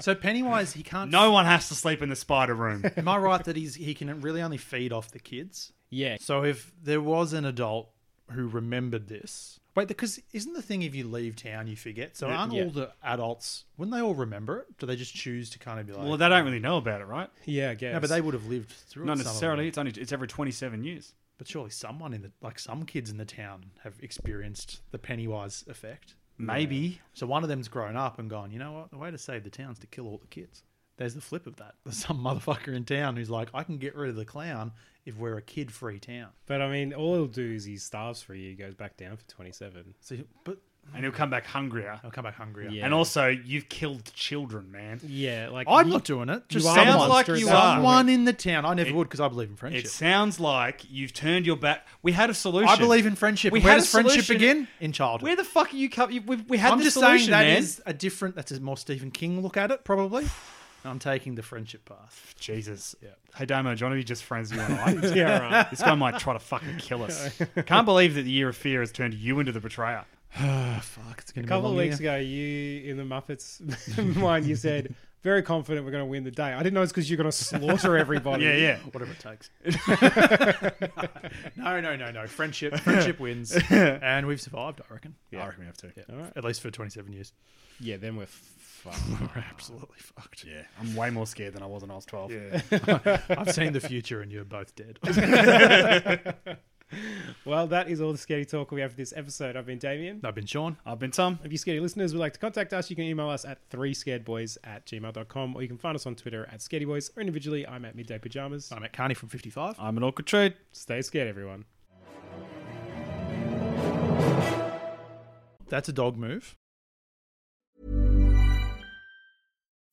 [SPEAKER 6] So Pennywise, he can't.
[SPEAKER 7] No one has to sleep in the spider room.
[SPEAKER 6] Am I right that he's he can really only feed off the kids?
[SPEAKER 4] yeah,
[SPEAKER 6] So if there was an adult who remembered this, wait, because isn't the thing if you leave town you forget? So aren't
[SPEAKER 4] yeah.
[SPEAKER 6] all the adults? Wouldn't they all remember it? Do they just choose to kind of be like?
[SPEAKER 7] Well, they don't really know about it, right?
[SPEAKER 4] yeah. I guess.
[SPEAKER 6] no, but they would have lived through.
[SPEAKER 7] Not
[SPEAKER 6] it, some of
[SPEAKER 7] necessarily.
[SPEAKER 6] them.
[SPEAKER 7] It's only it's every twenty seven years.
[SPEAKER 6] but surely someone in the like some kids in the town have experienced the Pennywise effect.
[SPEAKER 7] Maybe.
[SPEAKER 6] So one of them's grown up and gone. You know what? The way to save the town's to kill all the kids. There's the flip of that. There's some motherfucker in town who's like, I can get rid of the clown if we're a kid-free town.
[SPEAKER 4] But I mean, all he'll do is he starves for you. He goes back down for 27.
[SPEAKER 6] So, but
[SPEAKER 7] And he'll come back hungrier.
[SPEAKER 6] I'll come back hungrier.
[SPEAKER 4] Yeah.
[SPEAKER 7] And also, you've killed children, man.
[SPEAKER 4] Yeah, like
[SPEAKER 6] I'm
[SPEAKER 4] you-
[SPEAKER 6] not doing it. Just
[SPEAKER 4] are
[SPEAKER 7] sounds
[SPEAKER 6] someone.
[SPEAKER 7] like you are.
[SPEAKER 6] Someone in the town. I never
[SPEAKER 7] It-
[SPEAKER 6] would because I believe in friendship.
[SPEAKER 7] It sounds like you've turned your back. We had a solution.
[SPEAKER 6] I believe in friendship.
[SPEAKER 7] We
[SPEAKER 6] And Where
[SPEAKER 7] had a
[SPEAKER 6] does friendship
[SPEAKER 7] solution.
[SPEAKER 6] begin? In childhood.
[SPEAKER 7] Where the fuck are you? Co- you we, we had
[SPEAKER 6] I'm
[SPEAKER 7] the
[SPEAKER 6] just
[SPEAKER 7] solution,
[SPEAKER 6] saying that is
[SPEAKER 7] man.
[SPEAKER 6] a different. That's a more Stephen King look at it, probably. I'm taking the friendship path.
[SPEAKER 7] Jesus. Hey, Damo, do you want to be just friends with you and I?
[SPEAKER 4] Yeah, right.
[SPEAKER 7] this guy might try to fucking kill us. Can't believe that the year of fear has turned you into the betrayer.
[SPEAKER 6] Oh, Fuck, it's
[SPEAKER 4] A
[SPEAKER 6] going to be a
[SPEAKER 4] couple of
[SPEAKER 6] long
[SPEAKER 4] weeks
[SPEAKER 6] year.
[SPEAKER 4] ago, you in the Muppets mind, you said very confident we're going to win the day. I didn't know it's because you're going to slaughter everybody.
[SPEAKER 7] Yeah, yeah.
[SPEAKER 6] Whatever it takes. no, no, no, no. Friendship, friendship wins, and we've survived. I reckon.
[SPEAKER 7] I reckon we have to.
[SPEAKER 6] Yeah. At least for 27 years.
[SPEAKER 4] yeah. Then we're f- fucked.
[SPEAKER 6] We're absolutely fucked.
[SPEAKER 7] Yeah. I'm way more scared than I was when I was 12. Yeah.
[SPEAKER 6] I've seen the future, and you're both dead.
[SPEAKER 4] Well, that is all the scary talk we have for this episode. I've been Damien.
[SPEAKER 6] I've been Sean.
[SPEAKER 7] I've been Tom.
[SPEAKER 4] If you scaredy listeners would like to contact us, you can email us at 3scaredboys at gmail.com or you can find us on Twitter at scaredyboys or individually, I'm at midday pajamas.
[SPEAKER 6] I'm at Carney from 55.
[SPEAKER 7] I'm an awkward trade.
[SPEAKER 4] Stay scared, everyone.
[SPEAKER 6] That's a dog move.